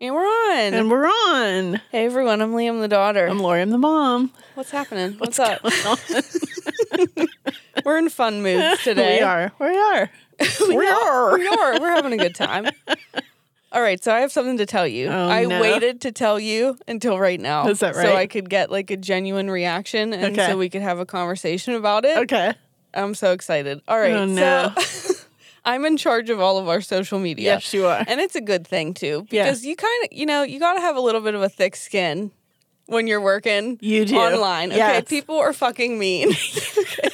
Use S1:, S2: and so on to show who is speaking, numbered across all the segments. S1: And we're on.
S2: And we're on.
S1: hey everyone, I'm Liam the daughter.
S2: I'm Lori, I'm the mom.
S1: What's happening? What's, up? we're in fun moods today.
S2: We are. We are. we are.
S1: We are. We're having a good time. All right, so I have something to tell you.
S2: Oh,
S1: I
S2: no.
S1: waited to tell you until right now.
S2: Is that
S1: So
S2: right?
S1: I could get like a genuine reaction and
S2: Okay.
S1: so we could have a conversation about it.
S2: Okay.
S1: I'm so excited. All right.
S2: Oh, no.
S1: So I'm in charge of all of our social media.
S2: Yes, you are.
S1: And it's a good thing too
S2: Yeah.
S1: because you kind of, you know, you got to have a little bit of a thick skin when you're working
S2: You do.
S1: online. Okay,
S2: Yes.
S1: people are fucking mean. Okay.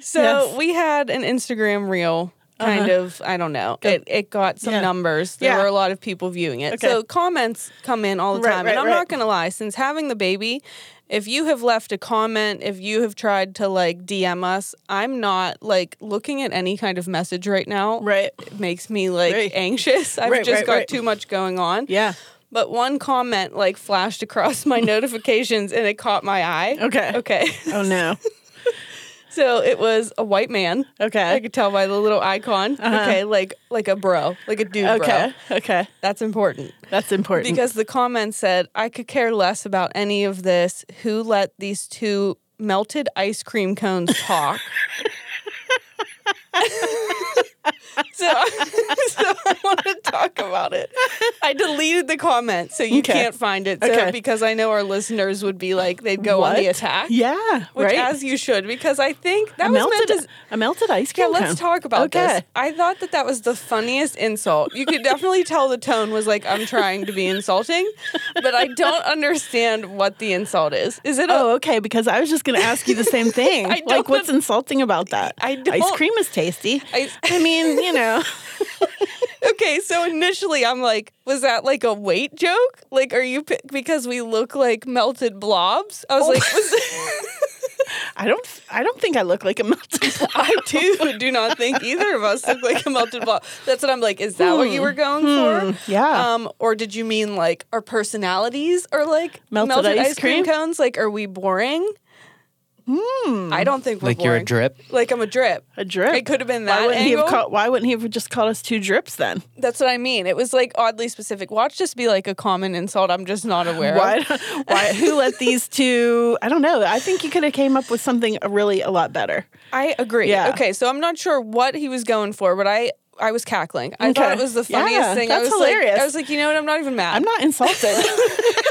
S1: So
S2: Yes. Uh-huh.
S1: we had an Instagram reel kind of, I don't know. It it got some
S2: Yeah.
S1: numbers. There
S2: Yeah.
S1: were a lot of people viewing it.
S2: Okay.
S1: So comments come in all the
S2: Right,
S1: time.
S2: right,
S1: and I'm
S2: right.
S1: not going to lie, since having the baby, if you have left a comment, if you have tried to like DM us, I'm not like looking at any kind of message right now
S2: Right.
S1: it makes me like
S2: Right.
S1: anxious. I've
S2: Right,
S1: just
S2: right,
S1: got
S2: right.
S1: too much going on.
S2: Yeah.
S1: But one comment like flashed across my notifications and it caught my eye.
S2: Okay.
S1: Okay.
S2: Oh no.
S1: So it was a white man. I
S2: Okay. Uh-huh.
S1: could tell by the little icon. Okay, like like a bro, like a dude bro.
S2: Okay. Okay.
S1: That's important.
S2: That's important.
S1: Because the comment said, I could care less about any of this. Who let these two melted ice cream cones talk? so, so I want to talk about it. I deleted the comment, so you
S2: Okay.
S1: can't find it. So
S2: Okay.
S1: because I know our listeners would be like, they'd go on the
S2: What?
S1: attack.
S2: yeah.
S1: Which,
S2: right.
S1: as you should, because I think that
S2: a
S1: was meant
S2: melted
S1: as
S2: a melted ice
S1: yeah,
S2: cream. cone.
S1: let's talk about this.
S2: Okay.
S1: I thought that that was the funniest insult. You could definitely tell the tone was like, I'm trying to be insulting, but I don't understand what the insult is. Is it a
S2: Oh, okay. Because I was just going to ask you the same thing.
S1: I don't
S2: like, what's insulting about that?
S1: I
S2: Ice
S1: don't-
S2: cream is tasty.
S1: I-
S2: I mean, you know.
S1: okay, so initially I'm like, was that like a weight joke? Like, are you pi- because we look like melted blobs?
S2: Oh.
S1: I was like, was
S2: I don't. I don't think I look like a melted.
S1: I do do not think either of us look like a melted blob. That's what I'm like. Is that what you
S2: Hmm.
S1: were going for?
S2: yeah.
S1: Um, or did you mean like our personalities are like melted,
S2: Melted
S1: ice,
S2: ice
S1: cream?
S2: cream? Hmm.
S1: cones? Like, are we boring? I don't think we're
S3: like
S1: boring.
S3: you're a drip.
S1: Like I'm a drip.
S2: a drip.
S1: It could have been that
S2: Why wouldn't he have
S1: angle.
S2: called? Why wouldn't he have just called us two drips then?
S1: That's what I mean. It was like oddly specific. Watch this be like a common insult. I'm just not aware.
S2: Why?
S1: Of.
S2: Why? Who let these two? I don't know. I think you could have came up with something uh, really a lot better.
S1: I agree.
S2: Yeah.
S1: Okay, so I'm not sure what he was going for, but I I was cackling. I thought
S2: Okay.
S1: it was the funniest
S2: Yeah,
S1: thing. I
S2: that's
S1: was like-
S2: hilarious.
S1: I was like, you know what? I'm not even mad.
S2: I'm not insulted.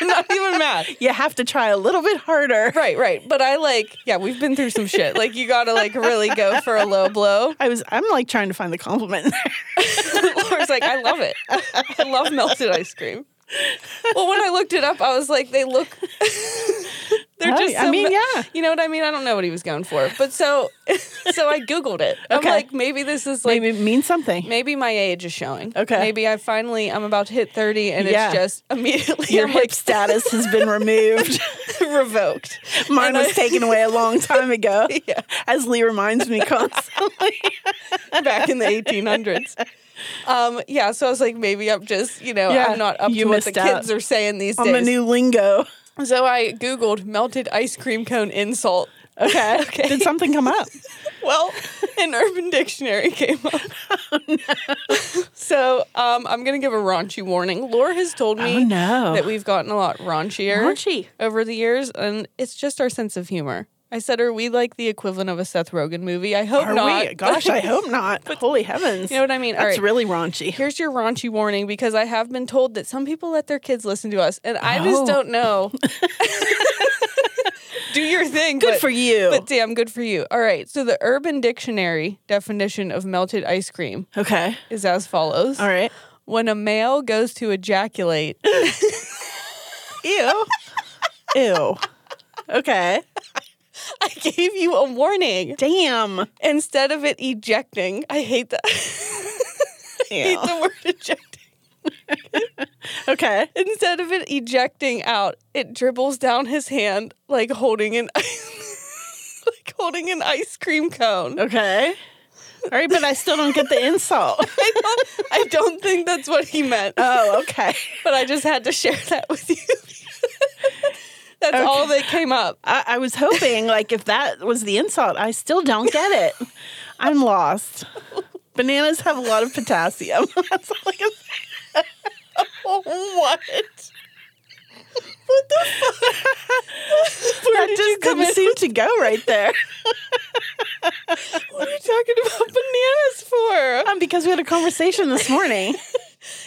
S1: I'm not even mad.
S2: you have to try a little bit harder.
S1: Right, right. But I like, yeah, we've been through some shit. Like, you gotta like really go for a low blow.
S2: I was. I'm like trying to find the compliment. in there.
S1: Laura's like, I love it. I love melted ice cream. Well, when I looked it up, I was like, they look. they're
S2: Right,
S1: just.
S2: I
S1: so
S2: mean,
S1: me-
S2: yeah.
S1: You know what I mean? I don't know what he was going for, but so, so I googled it. I'm
S2: Okay.
S1: like, maybe this is like.
S2: Maybe
S1: Maybe-
S2: it means something.
S1: my age is showing.
S2: Okay.
S1: Maybe I finally I'm about to hit thirty, and
S2: Yeah.
S1: it's just immediately
S2: Your
S1: I'm
S2: hip status has been removed.
S1: like revoked.
S2: Mine
S1: And
S2: was
S1: I-
S2: taken away a long time ago.
S1: Yeah.
S2: As Lee reminds me constantly.
S1: back in the 1800s. Um, yeah, so I was like, maybe I'm just, you know,
S2: Yeah,
S1: I'm not up
S2: you
S1: to what the
S2: missed out
S1: kids are saying these
S2: On the
S1: days.
S2: new lingo.
S1: so I Googled melted ice cream cone insult.
S2: Okay.
S1: Okay.
S2: Did something come up?
S1: Well, an urban dictionary came up.
S2: Oh,
S1: so um, I'm going to give a raunchy warning. Laura has told me
S2: Oh, no.
S1: that we've gotten a lot raunchier
S2: Raunchy.
S1: over the years, and it's just our sense of humor. I said, are we like the equivalent of a Seth Rogen movie? I hope
S2: Are
S1: not.
S2: we? Gosh, I hope not. Holy heavens.
S1: You know what I mean? All
S2: That's
S1: right.
S2: really raunchy.
S1: here's your raunchy warning because I have been told that some people let their kids listen to us, and I just
S2: Oh.
S1: don't know. Do your thing.
S2: Good
S1: but,
S2: for you.
S1: But damn, good for you. All right. So the Urban Dictionary definition of melted ice cream
S2: okay.
S1: is as follows:
S2: All right.
S1: When a male goes to ejaculate,
S2: Ew. Ew. Okay.
S1: I gave you a warning
S2: Damn.
S1: instead of it ejecting. I hate that. I hate
S2: Ew.
S1: the word ejecting.
S2: Okay.
S1: Instead of it ejecting out, it dribbles down his hand like holding an like holding an ice cream cone.
S2: Okay. All right, but I still don't get the insult.
S1: I don't, I don't think that's what he meant,
S2: Oh, okay.
S1: but I just had to share that with you. that's all that came up.
S2: I, I was hoping, like, if that was the insult, I still don't get it. I'm lost. Bananas have a lot of potassium. That's all I can say.
S1: Oh, what? What the fuck? Where
S2: That
S1: did you
S2: just
S1: come
S2: didn't
S1: in?
S2: seem to go right there.
S1: What are you talking about bananas for?
S2: Um, because we had a conversation this morning.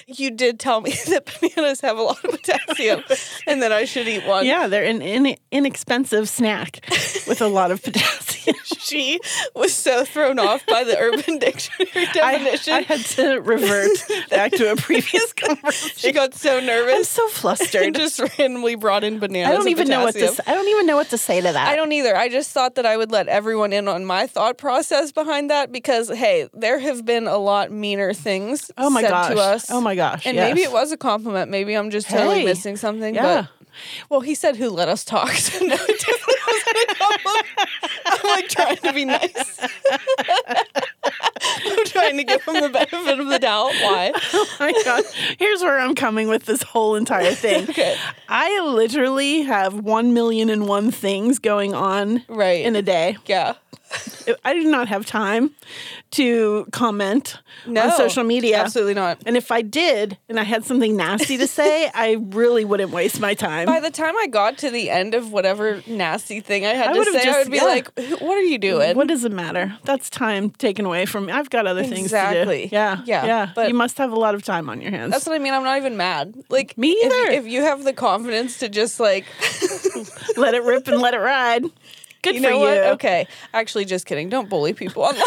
S1: You did tell me that bananas have a lot of potassium and that I should eat one.
S2: Yeah, they're an in- inexpensive snack with a lot of potassium.
S1: She was so thrown off by the Urban Dictionary
S2: I,
S1: definition.
S2: I had to revert back to a previous
S1: she
S2: conversation.
S1: got so
S2: I'm
S1: nervous.
S2: so
S1: and
S2: flustered.
S1: just randomly brought in bananas.
S2: I don't
S1: and
S2: even know what to.
S1: potassium.
S2: s- I don't even know what to say to that.
S1: I don't either. I just thought that I would let everyone in on my thought process behind that because hey, there have been a lot meaner things
S2: Oh my
S1: said
S2: gosh!
S1: to us.
S2: Oh my gosh!
S1: And
S2: yes.
S1: maybe it was a compliment. Maybe I'm just totally
S2: Hey,
S1: missing something.
S2: yeah.
S1: But well, he said who let us talk. So no, it definitely wasn't a compliment. I'm like trying to be nice. I'm trying to give him the benefit of the doubt. Why?
S2: Oh my god! Here's where I'm coming with this whole entire thing.
S1: Okay.
S2: I literally have one million and one things going on
S1: Right.
S2: in a day.
S1: yeah.
S2: I do not have time to comment
S1: No.
S2: on social media.
S1: Absolutely not.
S2: And if I did, and I had something nasty to say, I really wouldn't waste my time.
S1: By the time I got to the end of whatever nasty thing I had
S2: I
S1: to
S2: would've
S1: say, I
S2: just-
S1: would be
S2: yeah.
S1: like, "Who- "What are you doing?"
S2: what does it matter? That's time taken away from me. I've got other things
S1: Exactly.
S2: to do. Yeah.
S1: Yeah,
S2: Yeah.
S1: but-
S2: you must have a lot of time on your hands.
S1: That's what I mean. I'm not even mad. Like
S2: Me
S1: if-
S2: either.
S1: If, you have the confidence to just like,
S2: let it rip and let it ride. Good
S1: you
S2: for
S1: know what?
S2: you.
S1: Okay, actually, just kidding. Don't bully people online.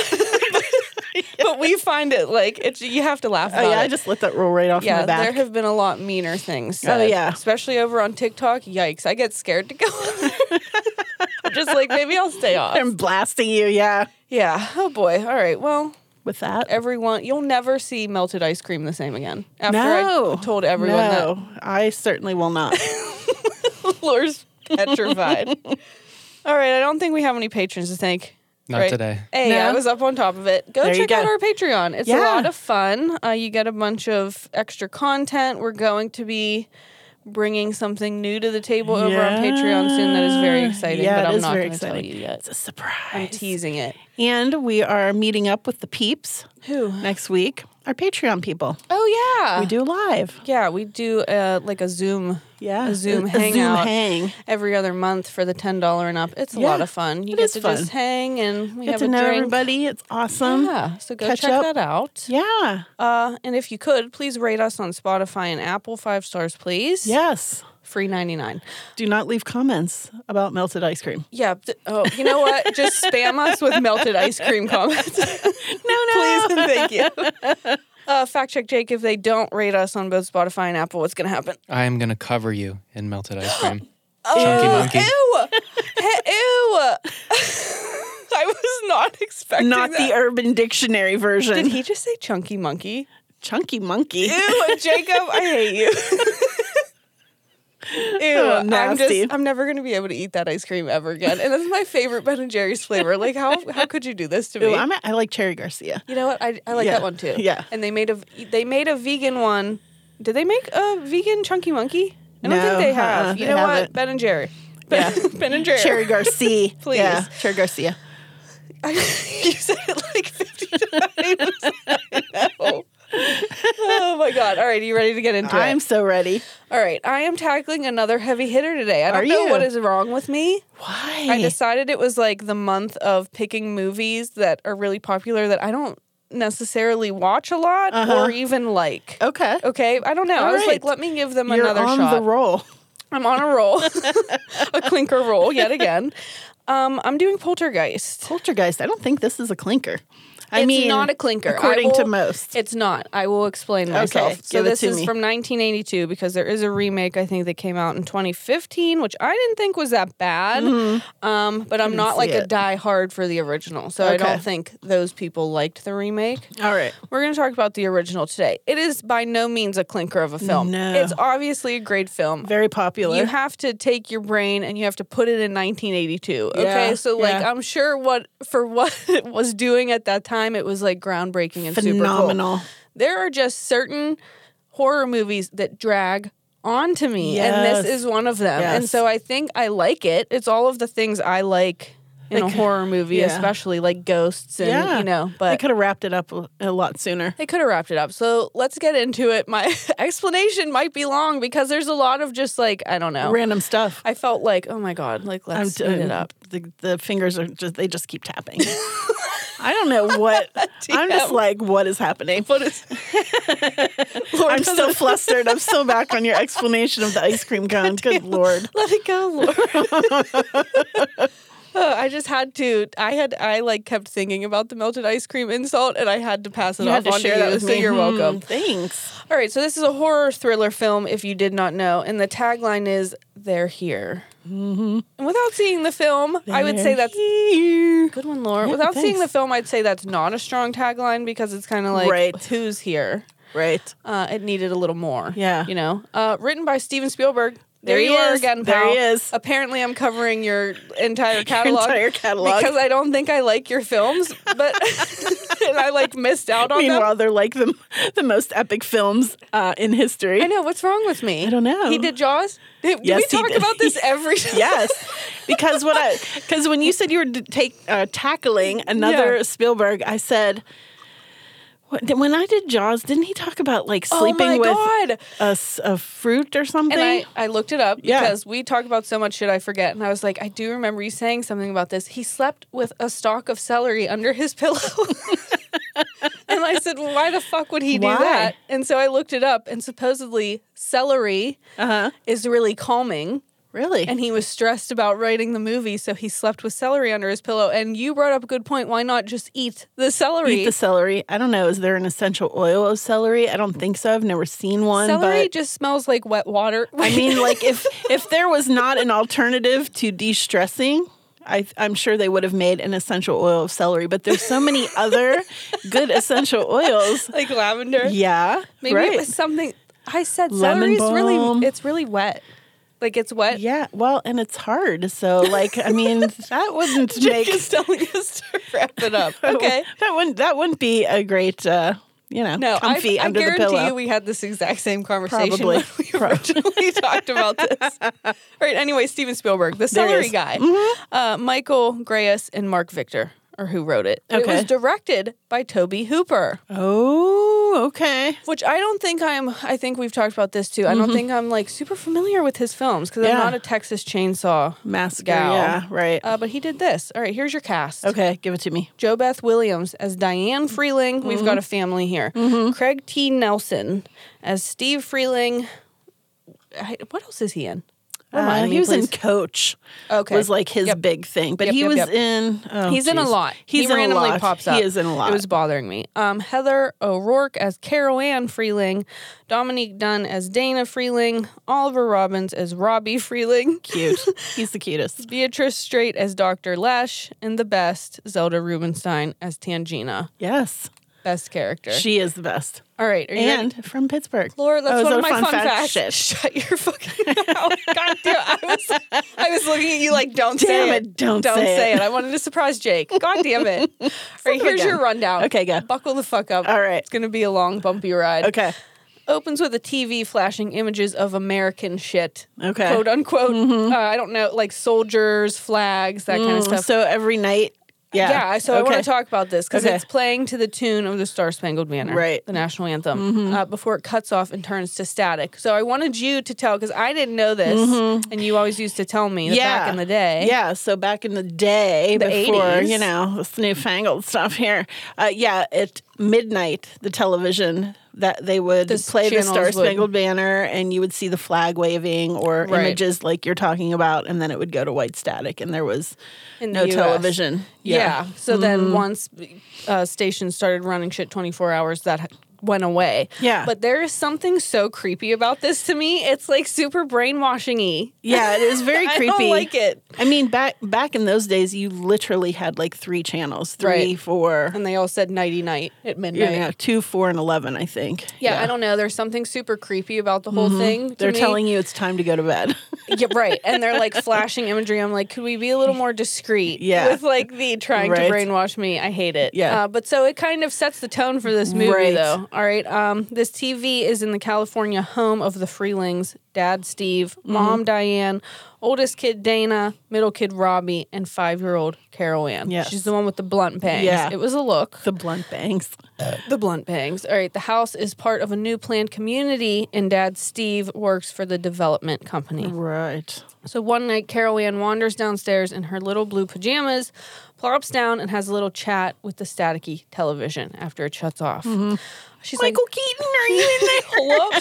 S1: but we find it like it's you have to laugh
S2: Oh
S1: about
S2: yeah, I
S1: it.
S2: just let that roll right off
S1: yeah,
S2: my back. Oh,
S1: there have been a lot meaner things. Said,
S2: yeah.
S1: especially over on TikTok. Yikes! I get scared to go. on there. I'm just like maybe I'll stay off.
S2: They're blasting you, yeah.
S1: Yeah. Oh boy. All right. Well,
S2: With that,
S1: everyone, you'll never see melted ice cream the same again. After
S2: no.
S1: I told everyone that.
S2: no, I certainly will not.
S1: Laura's petrified. All right, I don't think we have any patrons to thank.
S3: Not
S1: right?
S3: today.
S1: Hey, I
S2: No.
S1: was up on top of it. Go
S2: There you
S1: check out
S2: go.
S1: our Patreon. It's a
S2: Yeah.
S1: lot of fun. Uh, you get a bunch of extra content. We're going to be bringing something new to the table over on Patreon soon that is very
S2: Yeah.
S1: exciting,
S2: Yeah,
S1: but
S2: it
S1: I'm
S2: is
S1: not
S2: very
S1: going to tell
S2: exciting.
S1: you yet.
S2: It's a
S1: I'm
S2: surprise.
S1: teasing it.
S2: And we are meeting up with the peeps
S1: Who?
S2: next week. Our Patreon people.
S1: Oh yeah.
S2: We do live.
S1: Yeah, we do uh, like a Zoom
S2: Yeah.
S1: a Zoom
S2: a Zoom
S1: hangout.
S2: hang.
S1: every other month for the ten dollar and up. It's a
S2: Yeah,
S1: lot of fun. You
S2: it
S1: get
S2: is
S1: to
S2: fun.
S1: just hang and we
S2: Get
S1: have
S2: to
S1: a
S2: know
S1: drink.
S2: everybody. It's awesome.
S1: Yeah, so go
S2: Catch
S1: check
S2: up.
S1: that out.
S2: Yeah.
S1: Uh, and if you could, please rate us on Spotify and Apple five stars, please.
S2: Yes.
S1: free ninety nine.
S2: Do not leave comments about melted ice cream.
S1: Yeah. th- oh, you know what? Just spam us with melted ice cream comments,
S2: No,
S1: please and thank you. Uh, fact check, Jake. If they don't rate us on both Spotify and Apple, what's gonna happen?
S3: I am gonna cover you in melted ice cream.
S1: Oh,
S3: Chunky monkey.
S1: Ew! Hey, ew! I was not expecting
S2: Not
S1: that.
S2: the Urban Dictionary version.
S1: Did he just say chunky monkey?
S2: Chunky monkey.
S1: Ew, Jacob, I hate you. Ew,
S2: Oh,
S1: I'm
S2: nasty.
S1: just I'm never gonna be able to eat that ice cream ever again. And that's my favorite Ben and Jerry's flavor. Like how how could you do this to me?
S2: Ooh, I'm a, I like Cherry Garcia.
S1: you know what? I, I like
S2: Yeah,
S1: that one too.
S2: yeah.
S1: And they made a they made a vegan one. Did they make a vegan chunky monkey? I don't
S2: No,
S1: think they have.
S2: uh-uh,
S1: you
S2: they
S1: know what?
S2: haven't.
S1: Ben and Jerry. Ben,
S2: Yeah.
S1: ben and Jerry.
S2: Cherry Garcia.
S1: Please.
S2: Yeah, Cherry Garcia.
S1: I, you said it like 50 times. I know. Oh my god. All right, are you ready to get into it?
S2: I'm so ready.
S1: All right, I am tackling another heavy hitter today. I don't
S2: Are
S1: know
S2: you?
S1: what is wrong with me.
S2: Why?
S1: I decided it was like the month of picking movies that are really popular that I don't necessarily watch a lot or even like.
S2: okay.
S1: Okay, I don't know. I
S2: Uh-huh. Oh. All
S1: was like,
S2: right.
S1: let me give them
S2: You're
S1: another
S2: on
S1: shot.
S2: the roll.
S1: I'm on a roll, a clinker roll yet again. Um, I'm doing Poltergeist.
S2: Poltergeist. I don't think this is a clinker. I
S1: it's
S2: mean,
S1: not a clinker. I
S2: according to
S1: will-
S2: most.
S1: It's not. I will explain myself. so
S2: give it
S1: this
S2: to
S1: is
S2: me.
S1: from 1982 because there is a remake I think that came out in 2015, which I didn't think was that bad. Um, but I'm not
S2: Mm-hmm. see
S1: like a
S2: it.
S1: die hard for the original, so I
S2: Okay.
S1: don't think those people liked the remake.
S2: All right.
S1: We're going to talk about the original today. It is by no means a clinker of a film.
S2: No.
S1: It's obviously a great film.
S2: Very popular.
S1: You have to take your brain and you have to put it in 1982.
S2: Yeah,
S1: Okay, so like
S2: yeah.
S1: I'm sure what for what it was doing at that time, it was like groundbreaking and super cool.
S2: Phenomenal.
S1: There are just certain horror movies that drag onto me, and
S2: Yes.
S1: this is one of them. And
S2: Yes.
S1: so I think I like it. It's all of the things I like in a horror movie,
S2: yeah.
S1: especially like ghosts and
S2: Yeah.
S1: you know.
S2: They
S1: But
S2: could have wrapped it up a- a lot sooner.
S1: they could have wrapped it up. So let's get into it. My explanation might be long because there's a lot of just like I don't know.
S2: Random stuff.
S1: I felt like, oh my god, like
S2: I'm
S1: let's
S2: t-
S1: speed it up.
S2: The, the fingers are just, they just keep tapping. I don't know what. I'm just
S1: Damn.
S2: like, what is happening? What is, I'm so flustered. I'm still back on your explanation of the ice cream cone. Good Lord.
S1: Let it go, Lord. Oh, I just had to. I had. I like kept thinking about the melted ice cream insult, and I had to pass it off onto you. so you're
S2: Hmm,
S1: welcome.
S2: Thanks.
S1: All right. So this is a horror thriller film. If you did not know, and the tagline is "They're here." And without seeing the film, I would say
S2: Mm-hmm. They're
S1: that's
S2: here.
S1: good one, Laura.
S2: Yeah,
S1: without seeing the
S2: thanks.
S1: film, I'd say that's not a strong tagline because it's kind of like
S2: Right.
S1: who's here.
S2: Right.
S1: Uh, it needed a little more.
S2: Yeah.
S1: You know, uh, written by Steven Spielberg. There,
S2: There he
S1: you are
S2: is.
S1: again,
S2: There
S1: pal.
S2: he is.
S1: Apparently, I'm covering your entire catalog.
S2: entire catalog.
S1: Because I don't think I like your films, but and I like missed out on them.
S2: Meanwhile, they're like the the most epic films uh, in history.
S1: I know what's wrong with me.
S2: I don't know.
S1: He did Jaws. Did,
S2: Yes,
S1: we
S2: he
S1: talk
S2: did.
S1: about this every time?
S2: Yes, because what I because when you said you were d- take uh, tackling another
S1: Yeah.
S2: Spielberg, I said what- when I did Jaws, didn't he talk about like
S1: Oh
S2: sleeping
S1: my
S2: with
S1: god!
S2: a, s- a fruit or something?
S1: And I, I looked it up
S2: Yeah.
S1: because we talk about so much shit I forget. And I was like, I do remember you saying something about this. He slept with a stalk of celery under his pillow. and I said, well, why the fuck would he
S2: Why?
S1: do that? And so I looked it up, and supposedly celery
S2: uh huh.
S1: is really calming.
S2: Really?
S1: And he was stressed about writing the movie, so he slept with celery under his pillow. And you brought up a good point. Why not just eat the celery?
S2: Eat the celery. I don't know. Is there an essential oil of celery? I don't think so. I've never seen one.
S1: celery
S2: but
S1: just smells like wet water.
S2: I mean, like if if there was not an alternative to de-stressing, I, I'm sure they would have made an essential oil of celery. But there's so many other good essential oils.
S1: like lavender.
S2: Yeah,
S1: Maybe
S2: right.
S1: it was something I said.
S2: Lemon
S1: Celery's
S2: balm.
S1: really it's really wet. Like it's wet.
S2: yeah, well, and it's hard. So, like, I mean, that wouldn't make
S1: Jake is telling us to wrap it up. Okay.
S2: That wouldn't that wouldn't be a great, uh, you know,
S1: No, I,
S2: comfy
S1: I
S2: under the
S1: guarantee
S2: pillow.
S1: you we had this exact same conversation
S2: Probably.
S1: when we
S2: Pro-
S1: originally talked about this. All right. Anyway, Steven Spielberg, the
S2: There
S1: celery
S2: he is. Mm-hmm.
S1: guy, uh, Michael Grayus and Mark Victor are who wrote it. It
S2: Okay.
S1: was directed by Toby Hooper.
S2: oh, okay.
S1: Which I don't think I'm. I think we've talked about this too. I don't think I'm like super familiar with his films because I'm
S2: Mm-hmm. Yeah.
S1: not a Texas Chainsaw
S2: Mask.
S1: gal.
S2: Yeah, right.
S1: Uh, but he did this. All right, here's your cast.
S2: okay, give it to me.
S1: Jo Beth Williams as Diane Freeling. We've
S2: Mm-hmm.
S1: got a family here. Craig T. Nelson as Steve Freeling. I, what else is he in? Remind
S2: Uh,
S1: me,
S2: he was in
S1: please.
S2: Coach.
S1: Okay.
S2: Was like his
S1: Yep.
S2: big thing, but
S1: Yep,
S2: he
S1: yep,
S2: was
S1: yep.
S2: in. oh,
S1: He's in a
S2: geez.
S1: lot.
S2: He's
S1: he
S2: in
S1: randomly
S2: a lot.
S1: pops up.
S2: He is in a lot.
S1: It was bothering me. Um, Heather O'Rourke as Carol Ann Freeling, Dominique Dunn as Dana Freeling, Oliver Robbins as Robbie Freeling,
S2: cute. He's the cutest.
S1: Beatrice Strait as Dr. Lesh, and the best Zelda Rubinstein as Tangina.
S2: Yes,
S1: Best character.
S2: she is the best,
S1: All right, are you ready?
S2: and from Pittsburgh.
S1: Laura,
S2: Oh,
S1: that's
S2: is
S1: one of
S2: that
S1: my
S2: a fun
S1: fun,
S2: fact?
S1: facts.
S2: Shit.
S1: Shut your fucking mouth. God damn, I was, I was looking at you like, don't
S2: Damn
S1: say it.
S2: it, don't
S1: don't
S2: say
S1: say
S2: it.
S1: I wanted to surprise Jake. God damn it. All right, here's
S2: again.
S1: your rundown.
S2: Okay, go.
S1: Buckle the fuck up.
S2: All right.
S1: It's going to be a long, bumpy ride.
S2: Okay.
S1: Opens with a TV flashing images of American shit.
S2: Okay. Mm-hmm.
S1: Quote unquote. Uh, I don't know, like soldiers, flags, that kind of stuff.
S2: So every night. Yeah.
S1: Yeah, so I want to talk about this because
S2: Okay.
S1: it's playing to the tune of the Star Spangled Banner,
S2: Right. Mm-hmm.
S1: The national anthem, uh, before it cuts off and turns to static. So I wanted you to tell because I didn't know this, and you always used to tell me that
S2: Mm-hmm. Yeah.
S1: back in the day.
S2: Yeah. So back in the day,
S1: The
S2: before,
S1: 80s.
S2: you know, this newfangled stuff here. Uh, yeah. At midnight, the television that they would
S1: The s-
S2: play the
S1: channels
S2: Star
S1: would-
S2: Spangled Banner, and you would see the flag waving or
S1: Right.
S2: images like you're talking about, and then it would go to white static, and there was
S1: In
S2: no
S1: the US.
S2: television.
S1: Yeah. So
S2: Mm-hmm.
S1: then once uh, stations started running shit 24 hours, that h- went away.
S2: Yeah.
S1: But there is something so creepy about this to me. It's like super brainwashing y.
S2: Yeah, it is very
S1: I
S2: creepy.
S1: don't like it.
S2: I mean, back back in those days, you literally had like three channels, three,
S1: Right.
S2: four,
S1: And they all said nighty night at
S2: you
S1: midnight.
S2: know, two, four, and eleven. I think.
S1: Yeah, I don't know. There's something super creepy about the whole thing. to
S2: Mm-hmm. They're
S1: me.
S2: telling you it's time to go to bed.
S1: yeah, right. And they're like flashing imagery. I'm like, could we be a little more discreet?
S2: Yeah.
S1: with like the trying
S2: Right.
S1: to brainwash me. I hate it.
S2: Yeah.
S1: uh, but so it kind of sets the tone for this movie,
S2: Right.
S1: though. All right, um, this TV is in the California home of the Freelings: Dad Steve,
S2: Mm-hmm.
S1: Mom Diane, oldest kid Dana, middle kid Robbie, and five-year-old Carol Ann.
S2: Yes.
S1: she's the one with the blunt bangs.
S2: Yeah.
S1: it was a look.
S2: the blunt bangs.
S1: The blunt bangs. All right. The house is part of a new planned community, and Dad Steve works for the development company.
S2: Right.
S1: So one night, Carol Ann wanders downstairs in her little blue pajamas, plops down, and has a little chat with the staticky television after it shuts off. She's like,
S2: Mm-hmm. Michael Keaton, are you in there?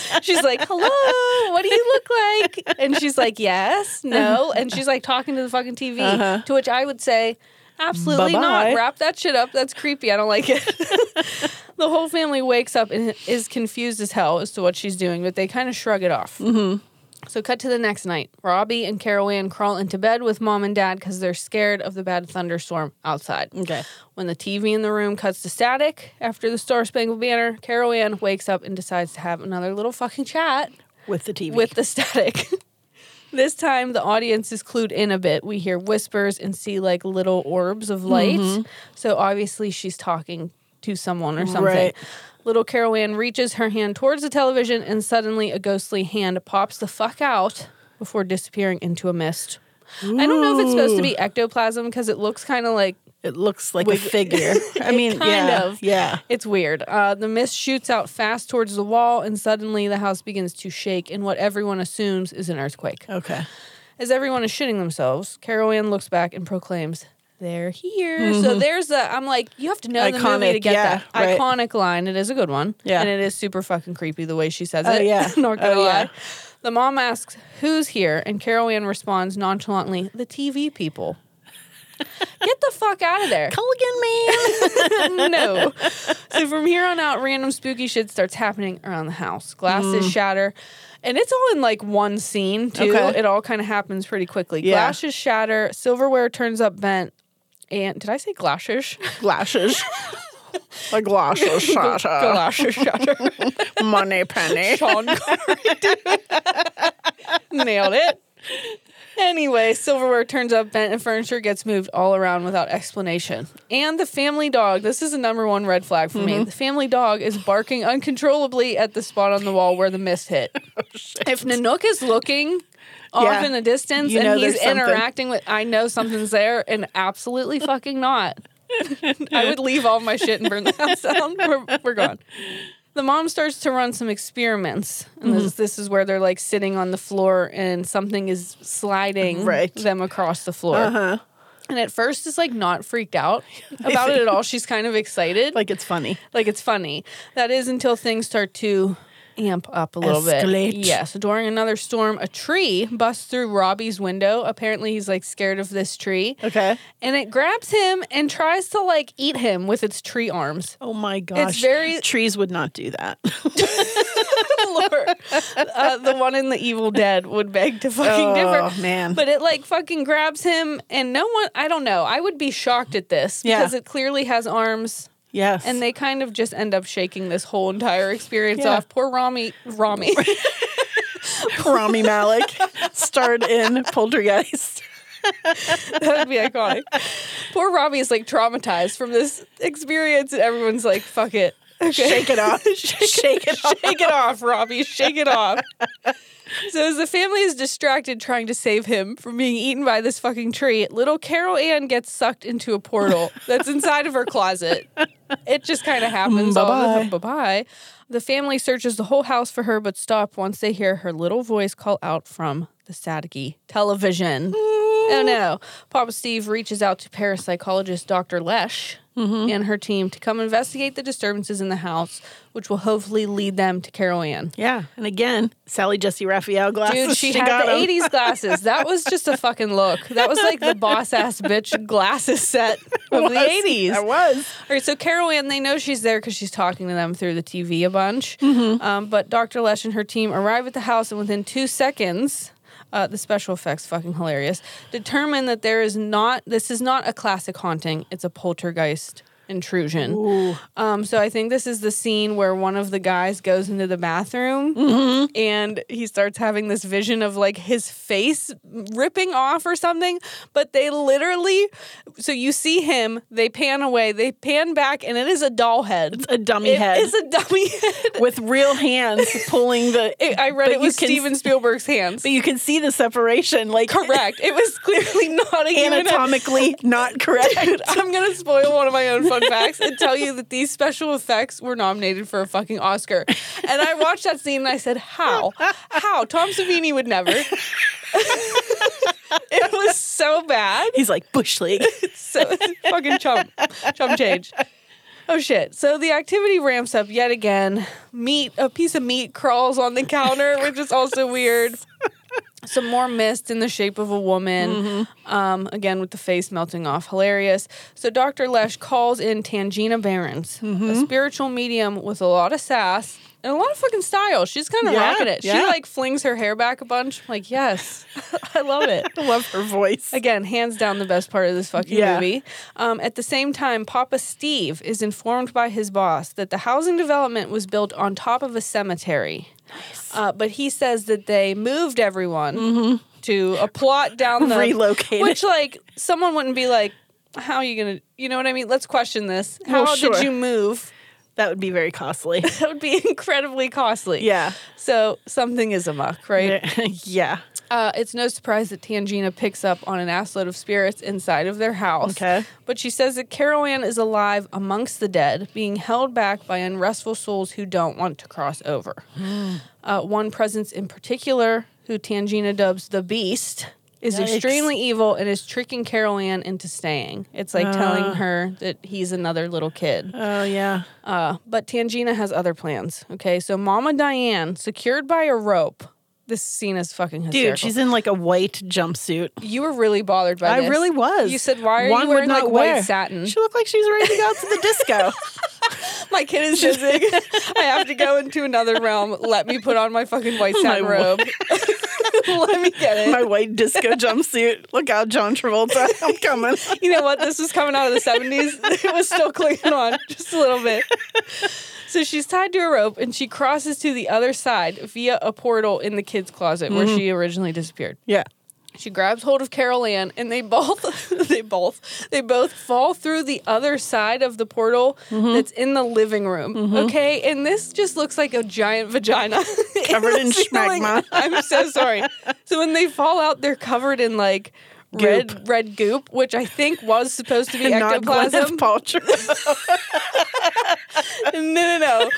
S1: hello. She's like, hello, what do you look like? And she's like, yes, no. And she's like talking to the fucking TV, to which I would say, absolutely
S2: Uh-huh. Bye-bye.
S1: not. Wrap that shit up. That's creepy. I don't like it. the whole family wakes up and is confused as hell as to what she's doing, but they kind of shrug it off. So, cut to the next night. Robbie and Carol Ann crawl into bed with mom and dad because they're scared of the bad thunderstorm outside.
S2: Okay.
S1: When the TV in the room cuts to static after the Star Spangled Banner, Carol Ann wakes up and decides to have another little fucking chat
S2: With the TV.
S1: with the static. this time, the audience is clued in a bit. We hear whispers and see like little orbs of light. So obviously, she's talking to someone or something.
S2: Right.
S1: Little Carol Ann reaches her hand towards the television, and suddenly, a ghostly hand pops the fuck out before disappearing into a mist. I don't know if it's supposed to be ectoplasm because it looks kind of like
S2: it looks like a figure. I mean,
S1: kind
S2: yeah,
S1: of.
S2: yeah.
S1: It's weird. Uh, the mist shoots out fast towards the wall, and suddenly the house begins to shake in what everyone assumes is an earthquake.
S2: Okay.
S1: As everyone is shitting themselves, Carol Ann looks back and proclaims, They're here. So there's the, I'm like, you have to know the movie
S2: Mm-hmm. Iconic,
S1: to get
S2: yeah,
S1: that.
S2: right.
S1: Iconic line. It is a good one.
S2: Yeah.
S1: And it is super fucking creepy the way she says
S2: Oh,
S1: it.
S2: yeah.
S1: Not gonna
S2: Oh, yeah.
S1: lie. The mom asks, Who's here? And Carol Ann responds nonchalantly, The TV people. Get the fuck out of there
S2: Culligan man.
S1: no. So from here on out, random spooky shit starts happening around the house. Glasses
S2: Mm.
S1: shatter. And it's all in like one scene, too.
S2: Okay.
S1: It all kind of happens pretty quickly.
S2: Yeah.
S1: Glasses shatter, silverware turns up bent. And did I say glasses?
S2: Glasses. Like glasses, Sasha.
S1: Glasses shatter.
S2: Money penny.
S1: Sean Connery, dude. Nailed it. Anyway, silverware turns up bent and furniture gets moved all around without explanation. And the family dog, this is the number one red flag for
S2: Mm-hmm.
S1: me. The family dog is barking uncontrollably at the spot on the wall where the mist hit. if Nanook is looking off
S2: Oh, Yeah.
S1: in the distance
S2: You know
S1: and he's
S2: there's something.
S1: interacting with I know something's there and absolutely fucking not. I would leave all my shit and burn the house down. We're, we're gone. The mom starts to run some experiments. And this,
S2: Mm-hmm.
S1: this is where they're like sitting on the floor and something is sliding
S2: Mm-hmm. Right. Uh-huh.
S1: them across the floor. And at first is like not freaked out about it at all. She's kind of excited. Like,
S2: Like it's funny.
S1: it's funny. That is until things start to amp up a little bit.
S2: Escalate.
S1: Yes. During another storm, a tree busts through Robbie's window. Apparently he's like scared of this tree.
S2: Okay.
S1: And it grabs him and tries to like eat him with its tree arms.
S2: Oh my gosh.
S1: very-
S2: trees would not do that.
S1: Lord. Uh, the one in the Evil Dead would beg to fucking
S2: Oh,
S1: differ.
S2: man.
S1: But it like fucking grabs him, and no one, I don't know. I would be shocked at this
S2: Yeah.
S1: because it clearly has arms.
S2: yes.
S1: And they kind of just end up shaking this whole entire experience
S2: Yeah.
S1: off. Poor Rami, Rami,
S2: Rami Malik starred in Poltergeist.
S1: that would be iconic. Poor Rami is like traumatized from this experience, and everyone's like, "Fuck it,
S2: Shake it off. Shake it off.
S1: shake it off, Robbie. Shake it off. So as the family is distracted trying to save him from being eaten by this fucking tree, little Carol Ann gets sucked into a portal that's inside of her closet. It just kind of happens. Bye bye. The family searches the whole house for her, but stop once they hear her little voice call out from the staticky Mm.
S2: Oh,
S1: television. Oh no! Papa Steve reaches out to parapsychologist Dr. Lesh
S2: Mm-hmm.
S1: and her team to come investigate the disturbances in the house, which will hopefully lead them to Carol Ann.
S2: Yeah. And again, Sally Jesse Raphael glasses.
S1: Dude, she, had
S2: got
S1: the
S2: 'em.
S1: 80s glasses. That was just a fucking look. That was like the boss ass bitch glasses set of the 80s.
S2: That was.
S1: All right, so Carol Ann, they know she's there because she's talking to them through the TV a bunch. Um, but Dr. Lesh and her team arrive at the house, and within two seconds, uh, the special effects fucking hilarious. Determine that there is not this is not a classic haunting; it's a poltergeist intrusion. Um, so I think this is the scene where one of the guys goes into the bathroom and he starts having this vision of like his face ripping off or something. But they literally, so you see him, they pan away, they pan back, and it is a doll head.
S2: A dummy
S1: It
S2: head
S1: is a dummy head.
S2: with real hands pulling the.
S1: It- I read
S2: But
S1: it
S2: you
S1: with
S2: can-
S1: Steven Spielberg's hands.
S2: But you can see the separation, like
S1: Correct. It was clearly not a human head.
S2: anatomically not correct.
S1: Dude, I'm gonna spoil one of my own fun facts and tell you that these special effects were nominated for a fucking Oscar. And I watched that scene and I said, How? How? Tom Savini would never. it was so bad.
S2: He's like bush league.
S1: So fucking chump. Chump change. Oh shit. So the activity ramps up yet again. Meat a piece of meat crawls on the counter, which is also weird. Some more mist in the shape of a woman.
S2: Mm-hmm.
S1: Um, again, with the face melting off. Hilarious. So Dr. Lesh calls in Tangina Barons, a
S2: Mm-hmm.
S1: spiritual medium with a lot of sass and a lot of fucking style. She's kind of
S2: Yeah,
S1: rocking it.
S2: yeah.
S1: She like flings her hair back a bunch. I'm like, yes, I love it.
S2: I love her voice.
S1: Again, hands down the best part of this fucking
S2: Yeah.
S1: movie. Um, at the same time, Papa Steve is informed by his boss that the housing development was built on top of a cemetery. Uh, but he says that they moved everyone
S2: Mm-hmm.
S1: to a plot down the
S2: Relocated.
S1: Which, like, someone wouldn't be like, "How are you gonna?" You know what I mean? Let's question this. How
S2: Well,
S1: did
S2: sure.
S1: you move?
S2: That would be very costly.
S1: That would be incredibly costly.
S2: Yeah.
S1: So something is amok, right?
S2: yeah.
S1: Uh, it's no surprise that Tangina picks up on an assload of spirits inside of their house.
S2: Okay.
S1: But she says that Carol Ann is alive amongst the dead, being held back by unrestful souls who don't want to cross over. uh, one presence in particular, who Tangina dubs the Beast, is
S2: Yikes.
S1: extremely evil and is tricking Carol Ann into staying. It's like
S2: Uh.
S1: telling her that he's another little kid.
S2: Oh yeah.
S1: Uh, but Tangina has other plans. Okay. So Mama Diane, secured by a rope. This scene is fucking
S2: Dude,
S1: hysterical.
S2: she's in like a white jumpsuit.
S1: You were really bothered by
S2: I
S1: this.
S2: really was.
S1: You said, "Why are
S2: One
S1: you
S2: would
S1: wearing
S2: not
S1: like
S2: wear.
S1: white satin?"
S2: She looked like she was ready to go out to the disco.
S1: My kid is dizzy. I have to go into another realm. Let me put on my fucking white satin
S2: wh-
S1: robe. Let me get it.
S2: My white disco jumpsuit. Look out, John Travolta. I'm coming.
S1: you know what? This was coming out of the 70s. It was still clinging on just a little bit. So she's tied to a rope and she crosses to the other side via a portal in the kids' closet where she originally disappeared.
S2: Yeah.
S1: She grabs hold of Carol Ann and they both they both they both fall through the other side of the portal
S2: Mm-hmm.
S1: that's in the living room. Okay? And this just looks like a giant vagina.
S2: Covered in
S1: the ceiling.
S2: schmegma.
S1: I'm so sorry. So when they fall out, they're covered in like red red goop, which I think was supposed to be
S2: Not Gwyneth
S1: ectoplasm.
S2: Paltrow.
S1: no, no, no.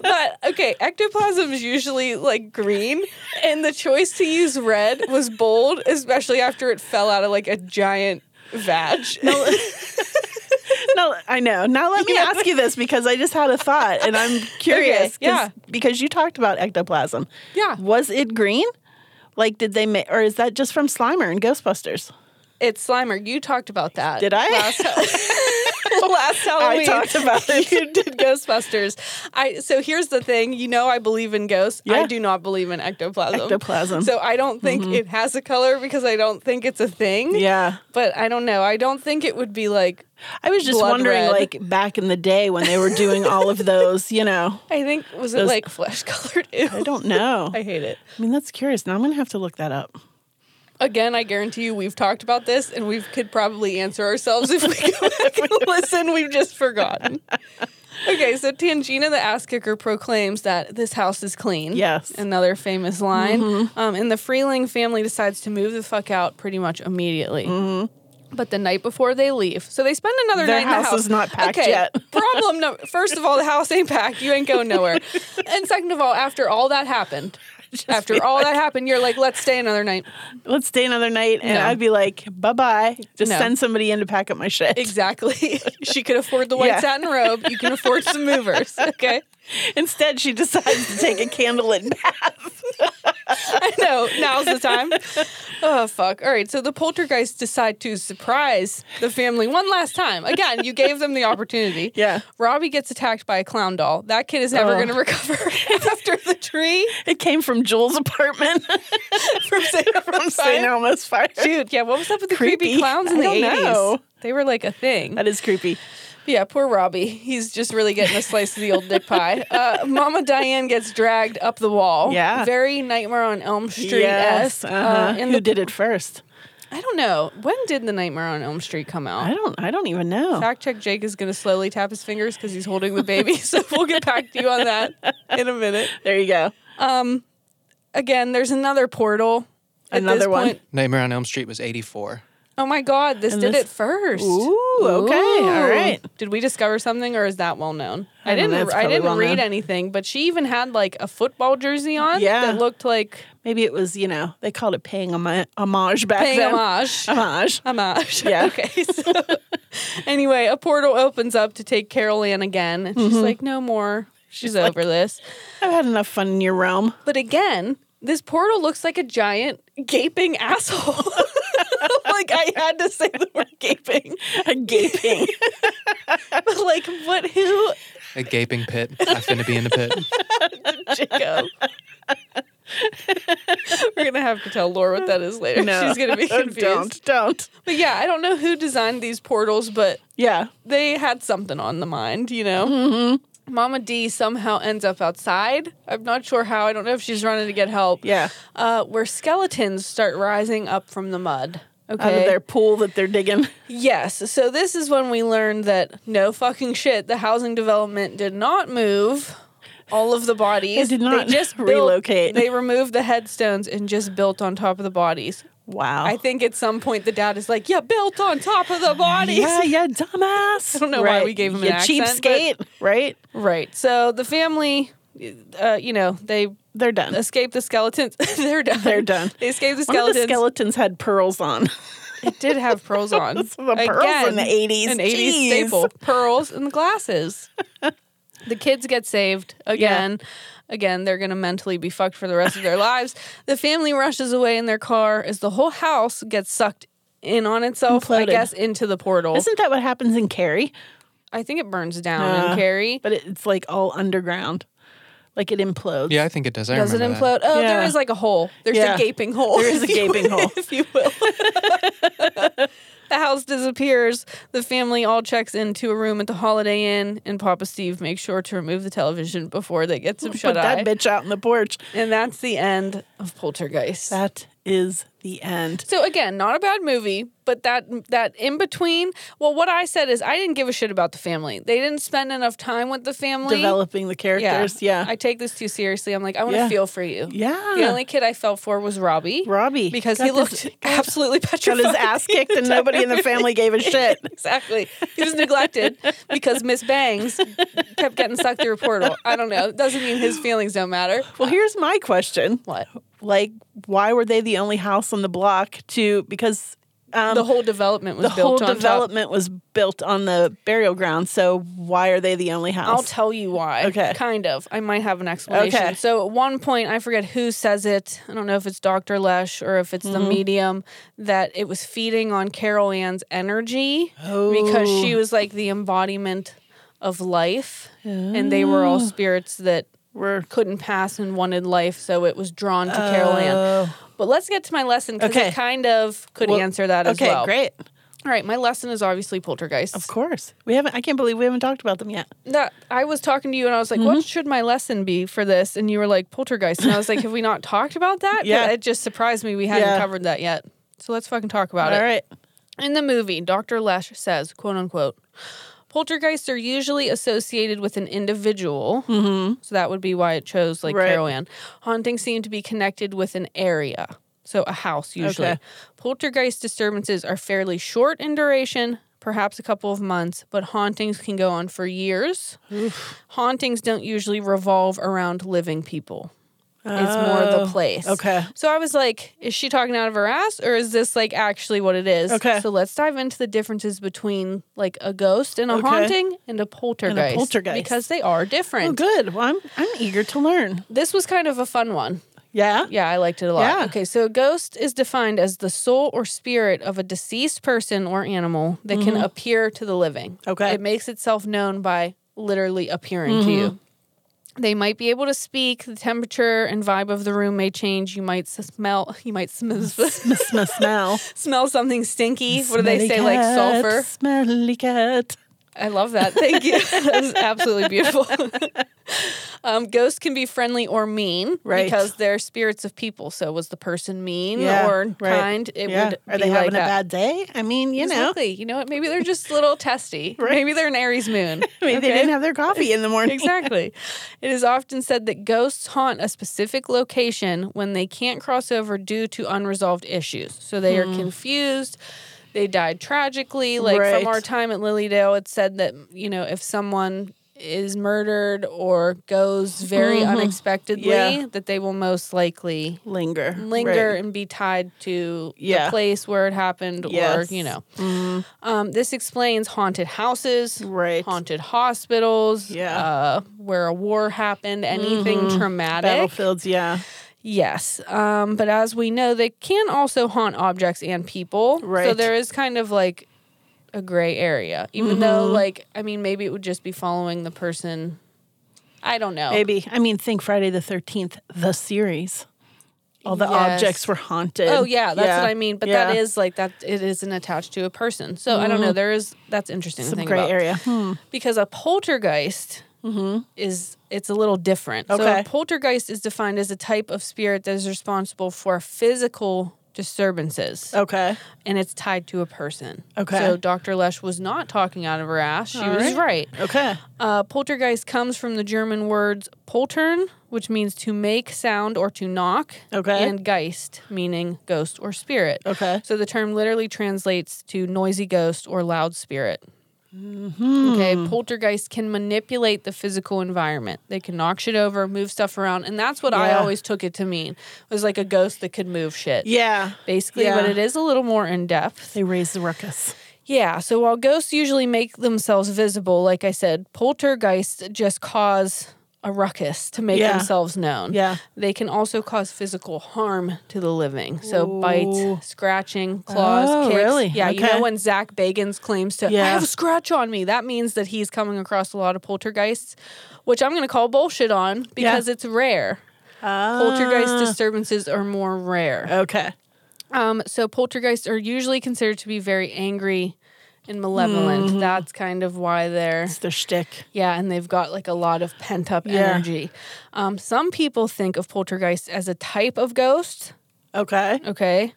S1: But okay, ectoplasm is usually like green, and the choice to use red was bold, especially after it fell out of like a giant vag.
S2: No, I know. Now let me
S1: Yeah.
S2: ask you this because I just had a thought and I'm curious. 'cause-
S1: yeah.
S2: Because you talked about ectoplasm.
S1: Yeah.
S2: Was it green? Like, did they make, or is that just from Slimer and Ghostbusters?
S1: It's Slimer. You talked about that.
S2: Did I?
S1: Last, last Halloween.
S2: I talked about it.
S1: you did Ghostbusters. I so here's the thing. You know I believe in ghosts. I
S2: Yeah.
S1: do not believe in ectoplasm.
S2: Ectoplasm. Mm-hmm.
S1: So I don't think it has a color because I don't think it's a thing.
S2: yeah.
S1: But I don't know. I don't think it would be like
S2: I was just
S1: Blood
S2: wondering,
S1: red.
S2: like, back in the day when they were doing all of those, you know,
S1: I think was it
S2: Those-
S1: like flesh colored? Ew.
S2: I don't know.
S1: I hate it.
S2: I mean, that's curious. Now I'm going to have to look that up.
S1: Again, I guarantee you we've talked about this and we could probably answer ourselves if we go back and listen. We've just forgotten. Okay, so Tangina the ass kicker proclaims that this house is clean.
S2: Yes. Mm-hmm.
S1: Another famous line. Um, and the Freeling family decides to move the fuck out pretty much immediately. But the night before they leave, so they spend another
S2: Mm-hmm. Their
S1: night in the
S2: house
S1: house.
S2: is not packed
S1: okay,
S2: yet.
S1: problem number first of all, the house ain't packed. You ain't going nowhere. and second of all, after all that happened,
S2: Just
S1: After
S2: be
S1: all
S2: like,
S1: that happened, you're like, let's stay another night.
S2: let's stay another night, and
S1: No.
S2: I'd be like, bye bye. Just
S1: No.
S2: send somebody in to pack up my shit.
S1: Exactly. she could afford the white
S2: Yeah.
S1: satin robe. You can afford some movers. Okay.
S2: Instead, she decides to take a candlelit bath.
S1: I know. Now's the time. Oh, fuck. All right. So the poltergeists decide to surprise the family one last time. Again, you gave them the opportunity.
S2: Yeah.
S1: Robbie gets attacked by a clown doll. That kid is never
S2: Oh.
S1: going to recover after the tree
S2: It came from Jules' apartment
S1: from St.
S2: from St. Elmo's Fire.
S1: Dude, yeah, what was up with the creepy,
S2: Creepy.
S1: clowns in
S2: I
S1: the
S2: don't
S1: 80s?
S2: know.
S1: They were like a thing.
S2: That is creepy.
S1: Yeah, poor Robbie. He's just really getting a slice of the old dick pie. Uh, Mama Diane gets dragged up the wall.
S2: Yeah.
S1: Very Nightmare on Elm Street esque.
S2: uh-huh.
S1: and
S2: Who
S1: the,
S2: did it first?
S1: I don't know. When did the Nightmare on Elm Street come
S2: I
S1: out?
S2: don't. I don't even know.
S1: Fact check Jake is going to slowly tap his fingers because he's holding the baby. so we'll get back to you on that in a minute.
S2: There you go.
S1: Again, there's another portal. at this
S2: Another one.
S1: point.
S3: Nightmare on Elm Street was 84.
S1: Oh my God, this
S2: And
S1: did
S2: this-
S1: it first.
S2: Ooh, okay, all
S1: Ooh.
S2: right.
S1: Did we discover something, or is that well known? I,
S2: I don't know,
S1: didn't.
S2: it's
S1: I
S2: probably
S1: didn't
S2: well
S1: read
S2: known.
S1: anything, but she even had like a football jersey on.
S2: Yeah.
S1: that looked like
S2: Maybe it was. You know, they called it paying homi- homage back
S1: paying
S2: then.
S1: homage.
S2: Homage.
S1: Homage.
S2: Yeah.
S1: Okay. So, anyway, a portal opens up to take Carol Ann again, and
S2: Mm-hmm.
S1: she's like, "No more. She's, over this."
S2: I've had enough fun in your realm.
S1: But again, this portal looks like a giant gaping asshole. like I had to say the word gaping.
S2: A gaping.
S1: But like, what? Who?
S3: A gaping pit. I finna be in the pit.
S1: Jacob. We're gonna have to tell Laura what that is later.
S2: No,
S1: She's gonna be confused.
S2: don't. Don't.
S1: But yeah, I don't know who designed these portals, but
S2: Yeah.
S1: they had something on the mind, you know. Mm-hmm. Mama D somehow ends up outside. I'm not sure how. I don't know if she's running to get help.
S2: Yeah.
S1: Uh, where skeletons start rising up from the mud. Okay.
S2: Out of their pool that they're digging.
S1: Yes. So this is when we learned that no fucking shit, the housing development did not move all of the bodies.
S2: It did not
S1: built-
S2: relocate.
S1: they removed the headstones and just built on top of the bodies.
S2: Wow.
S1: I think at some point the dad is like, "Yeah, built on top of the bodies."
S2: yeah, yeah, dumbass. I
S1: don't know why we gave him
S2: you
S1: an accent, but-
S2: cheapskate, right?
S1: Right. So the family, uh, you know, they
S2: They're done.
S1: escape the skeletons. They're done.
S2: They're done.
S1: They escape the
S2: One of
S1: skeletons.
S2: the skeletons had pearls on.
S1: it did have pearls on.
S2: The pearls in the 80s.
S1: An 80s
S2: Jeez.
S1: staple. Pearls and the glasses. the kids get saved again. Again, they're going to mentally be fucked for the rest of their lives. The family rushes away in their car as the whole house gets sucked in on itself, I
S2: Imploded.
S1: guess, into the portal.
S2: Isn't that what happens in Carrie?
S1: I think it burns down
S2: Uh,
S1: in Carrie.
S2: But it, it's like all underground, like it implodes.
S3: Yeah, I think it does. I
S1: Does it
S3: remember that.
S1: implode? Oh, there
S2: Yeah.
S1: is like a hole. There's
S2: Yeah.
S1: a gaping hole.
S2: There is a
S1: if you-
S2: gaping hole.
S1: if you will. the house disappears. The family all checks into a room at the Holiday Inn, and Papa Steve makes sure to remove the television before they get some
S2: Put
S1: shut
S2: that
S1: eye.
S2: bitch out on the porch.
S1: And that's the end of Poltergeist.
S2: That is the end.
S1: so again, not a bad movie, but that that in between. Well, what I said is I didn't give a shit about the family. They didn't spend enough time with the family.
S2: Developing the characters. Yeah.
S1: I take this too seriously. I'm like, I want to
S2: Yeah.
S1: feel for you.
S2: yeah.
S1: The only kid I felt for was Robbie.
S2: Robbie.
S1: Because
S2: got
S1: he
S2: this-
S1: looked absolutely
S2: got
S1: petrified.
S2: his ass kicked and nobody in the family gave a shit.
S1: exactly. He was neglected because Miss Bangs kept getting sucked through a portal. I don't know. It doesn't mean his feelings don't matter.
S2: Well, here's my question.
S1: What?
S2: Like, why were they the only house on the block to, because um,
S1: The whole development was
S2: the whole
S1: built on top.
S2: development was built on the burial ground. So why are they the only
S1: I'll
S2: house?
S1: tell you why.
S2: Okay.
S1: Kind of. I might have an explanation.
S2: Okay.
S1: So at one point, I forget who says it. I don't know if it's Dr. Lesh or if it's the
S2: Mm-hmm.
S1: medium that it was feeding on Carol Ann's energy
S2: Oh.
S1: because she was like the embodiment of life. And they were
S2: Oh.
S1: all spirits that
S2: We're
S1: couldn't pass and wanted life. So it was drawn to Carol Ann. But let's get to my lesson because I
S2: Oh. Okay.
S1: kind of could
S2: Well,
S1: answer that as
S2: okay,
S1: well.
S2: great.
S1: All right. My lesson is obviously poltergeist.
S2: Of course, we haven't. I can't believe we haven't talked about them yet.
S1: that I was talking to you and I was like,
S2: Mm-hmm.
S1: "What should my lesson be for this?" And you were like, "Poltergeist," and I was like, "Have we not talked about that?" But
S2: Yeah.
S1: it just surprised me we hadn't
S2: Yeah.
S1: covered that yet. So let's fucking talk about
S2: All
S1: it.
S2: right.
S1: In the movie, Dr. Lesh says, quote unquote, poltergeists are usually associated with an individual. Mm-hmm. So that would be why it chose like
S2: Right.
S1: Carol Ann. Hauntings seem to be connected with an area. So a house usually.
S2: Okay.
S1: Poltergeist disturbances are fairly short in duration, perhaps a couple of months, but hauntings can go on for years. Hauntings don't usually revolve around living people. It's more the
S2: Oh,
S1: place.
S2: okay.
S1: So I was like, is she talking out of her ass or is this like actually what it is?
S2: Okay.
S1: So let's dive into the differences between like a ghost and a
S2: Okay.
S1: haunting and a poltergeist.
S2: poltergeist.
S1: Because they are different.
S2: Oh, good. Well, I'm I'm eager to learn.
S1: This was kind of a fun one.
S2: Yeah.
S1: Yeah, I liked it a lot.
S2: Yeah.
S1: Okay, so a ghost is defined as the soul or spirit of a deceased person or animal that can appear to the living.
S2: Mm-hmm. Okay.
S1: It makes itself known by literally appearing to you.
S2: Mm-hmm.
S1: They might be able to speak. The temperature and vibe of the room may change. You might s- smell. You might sm-
S2: Miss Smith smell.
S1: smell something stinky. What do they
S2: Smelly
S1: say? Like
S2: cat,
S1: sulfur.
S2: Smelly cat.
S1: I love that. Thank you. that was absolutely beautiful. um, ghosts can be friendly or mean
S2: Right.
S1: because they're spirits of people. So was the person mean
S2: Yeah,
S1: Mm, or
S2: right.
S1: kind? It
S2: yeah.
S1: would
S2: Are
S1: be
S2: they
S1: like
S2: having
S1: that.
S2: a bad day? I mean, you know,
S1: Exactly. You know what? Maybe they're just a little testy.
S2: Right.
S1: Maybe they're an Aries moon.
S2: maybe they
S1: Okay?
S2: didn't have their coffee in the morning.
S1: Exactly. It is often said that ghosts haunt a specific location when they can't cross over due to unresolved issues. So they
S2: Hmm.
S1: are confused. They died tragically. Like
S2: Right.
S1: from our time at Lilydale, it's said that, you know, if someone is murdered or goes very unexpectedly,
S2: Mm-hmm. Yeah.
S1: that they will most likely
S2: Linger.
S1: linger
S2: Right.
S1: and be tied to
S2: Yeah.
S1: the place where it happened
S2: Yes. Mm-hmm.
S1: or you know um, this explains haunted houses
S2: Right.
S1: haunted hospitals
S2: Yeah. Mm-hmm.
S1: uh, where a war happened anything traumatic
S2: Battlefields, yeah.
S1: yes um, but as we know they can also haunt objects and people so
S2: Right.
S1: there is kind of like a gray area even though
S2: Mm-hmm.
S1: like i mean maybe it would just be following the person i don't know
S2: Maybe. I mean, think Friday the 13th, the series. All the
S1: Yes.
S2: objects were haunted.
S1: Oh yeah, that's what I mean. But that
S2: Yeah. Mm-hmm.
S1: is like that it isn't attached to a person. So I don't know. There is that's interesting to
S2: some
S1: think
S2: gray
S1: about.
S2: area. Hmm.
S1: Because a poltergeist is it's a little different. So
S2: Okay.
S1: a poltergeist is defined as a type of spirit that is responsible for physical disturbances
S2: Okay.
S1: and it's tied to a person.
S2: Oh. Okay.
S1: So Dr. Lesh was not talking out of her ass. She
S2: All
S1: was
S2: right.
S1: right.
S2: Okay.
S1: Uh, poltergeist comes from the German words poltern, which means to make sound or to knock,
S2: Okay.
S1: and geist, meaning ghost or spirit.
S2: Okay.
S1: So the term literally translates to noisy ghost or loud spirit.
S2: Mm-hmm.
S1: Okay, poltergeists can manipulate the physical environment. They can knock shit over, move stuff around, and that's what I
S2: Yeah.
S1: always took it to mean. It was like a ghost that could move shit.
S2: Yeah.
S1: Basically,
S2: Yeah.
S1: but it is a little more in depth.
S2: They raised the ruckus.
S1: Yeah, so while ghosts usually make themselves visible, like I said, poltergeists just cause a ruckus to make
S2: Yeah.
S1: themselves known.
S2: Yeah.
S1: They can also cause physical harm to the living. So bites, scratching, claws,
S2: Oh,
S1: kicks.
S2: really?
S1: Yeah, you know
S2: Okay.
S1: when Zach Bagans claims to I
S2: Yeah.
S1: have a scratch on me, that means that he's coming across a lot of poltergeists, which I'm gonna call bullshit on because it's rare.
S2: Ah.
S1: Poltergeist disturbances are more rare.
S2: Okay.
S1: Um, so poltergeists are usually considered to be very angry and malevolent.
S2: Hmm.
S1: That's kind of why they're
S2: It's their shtick.
S1: yeah, and they've got like a lot of pent up
S2: Yeah.
S1: energy. Um, some people think of poltergeists as a type of ghost,
S2: Okay.
S1: okay,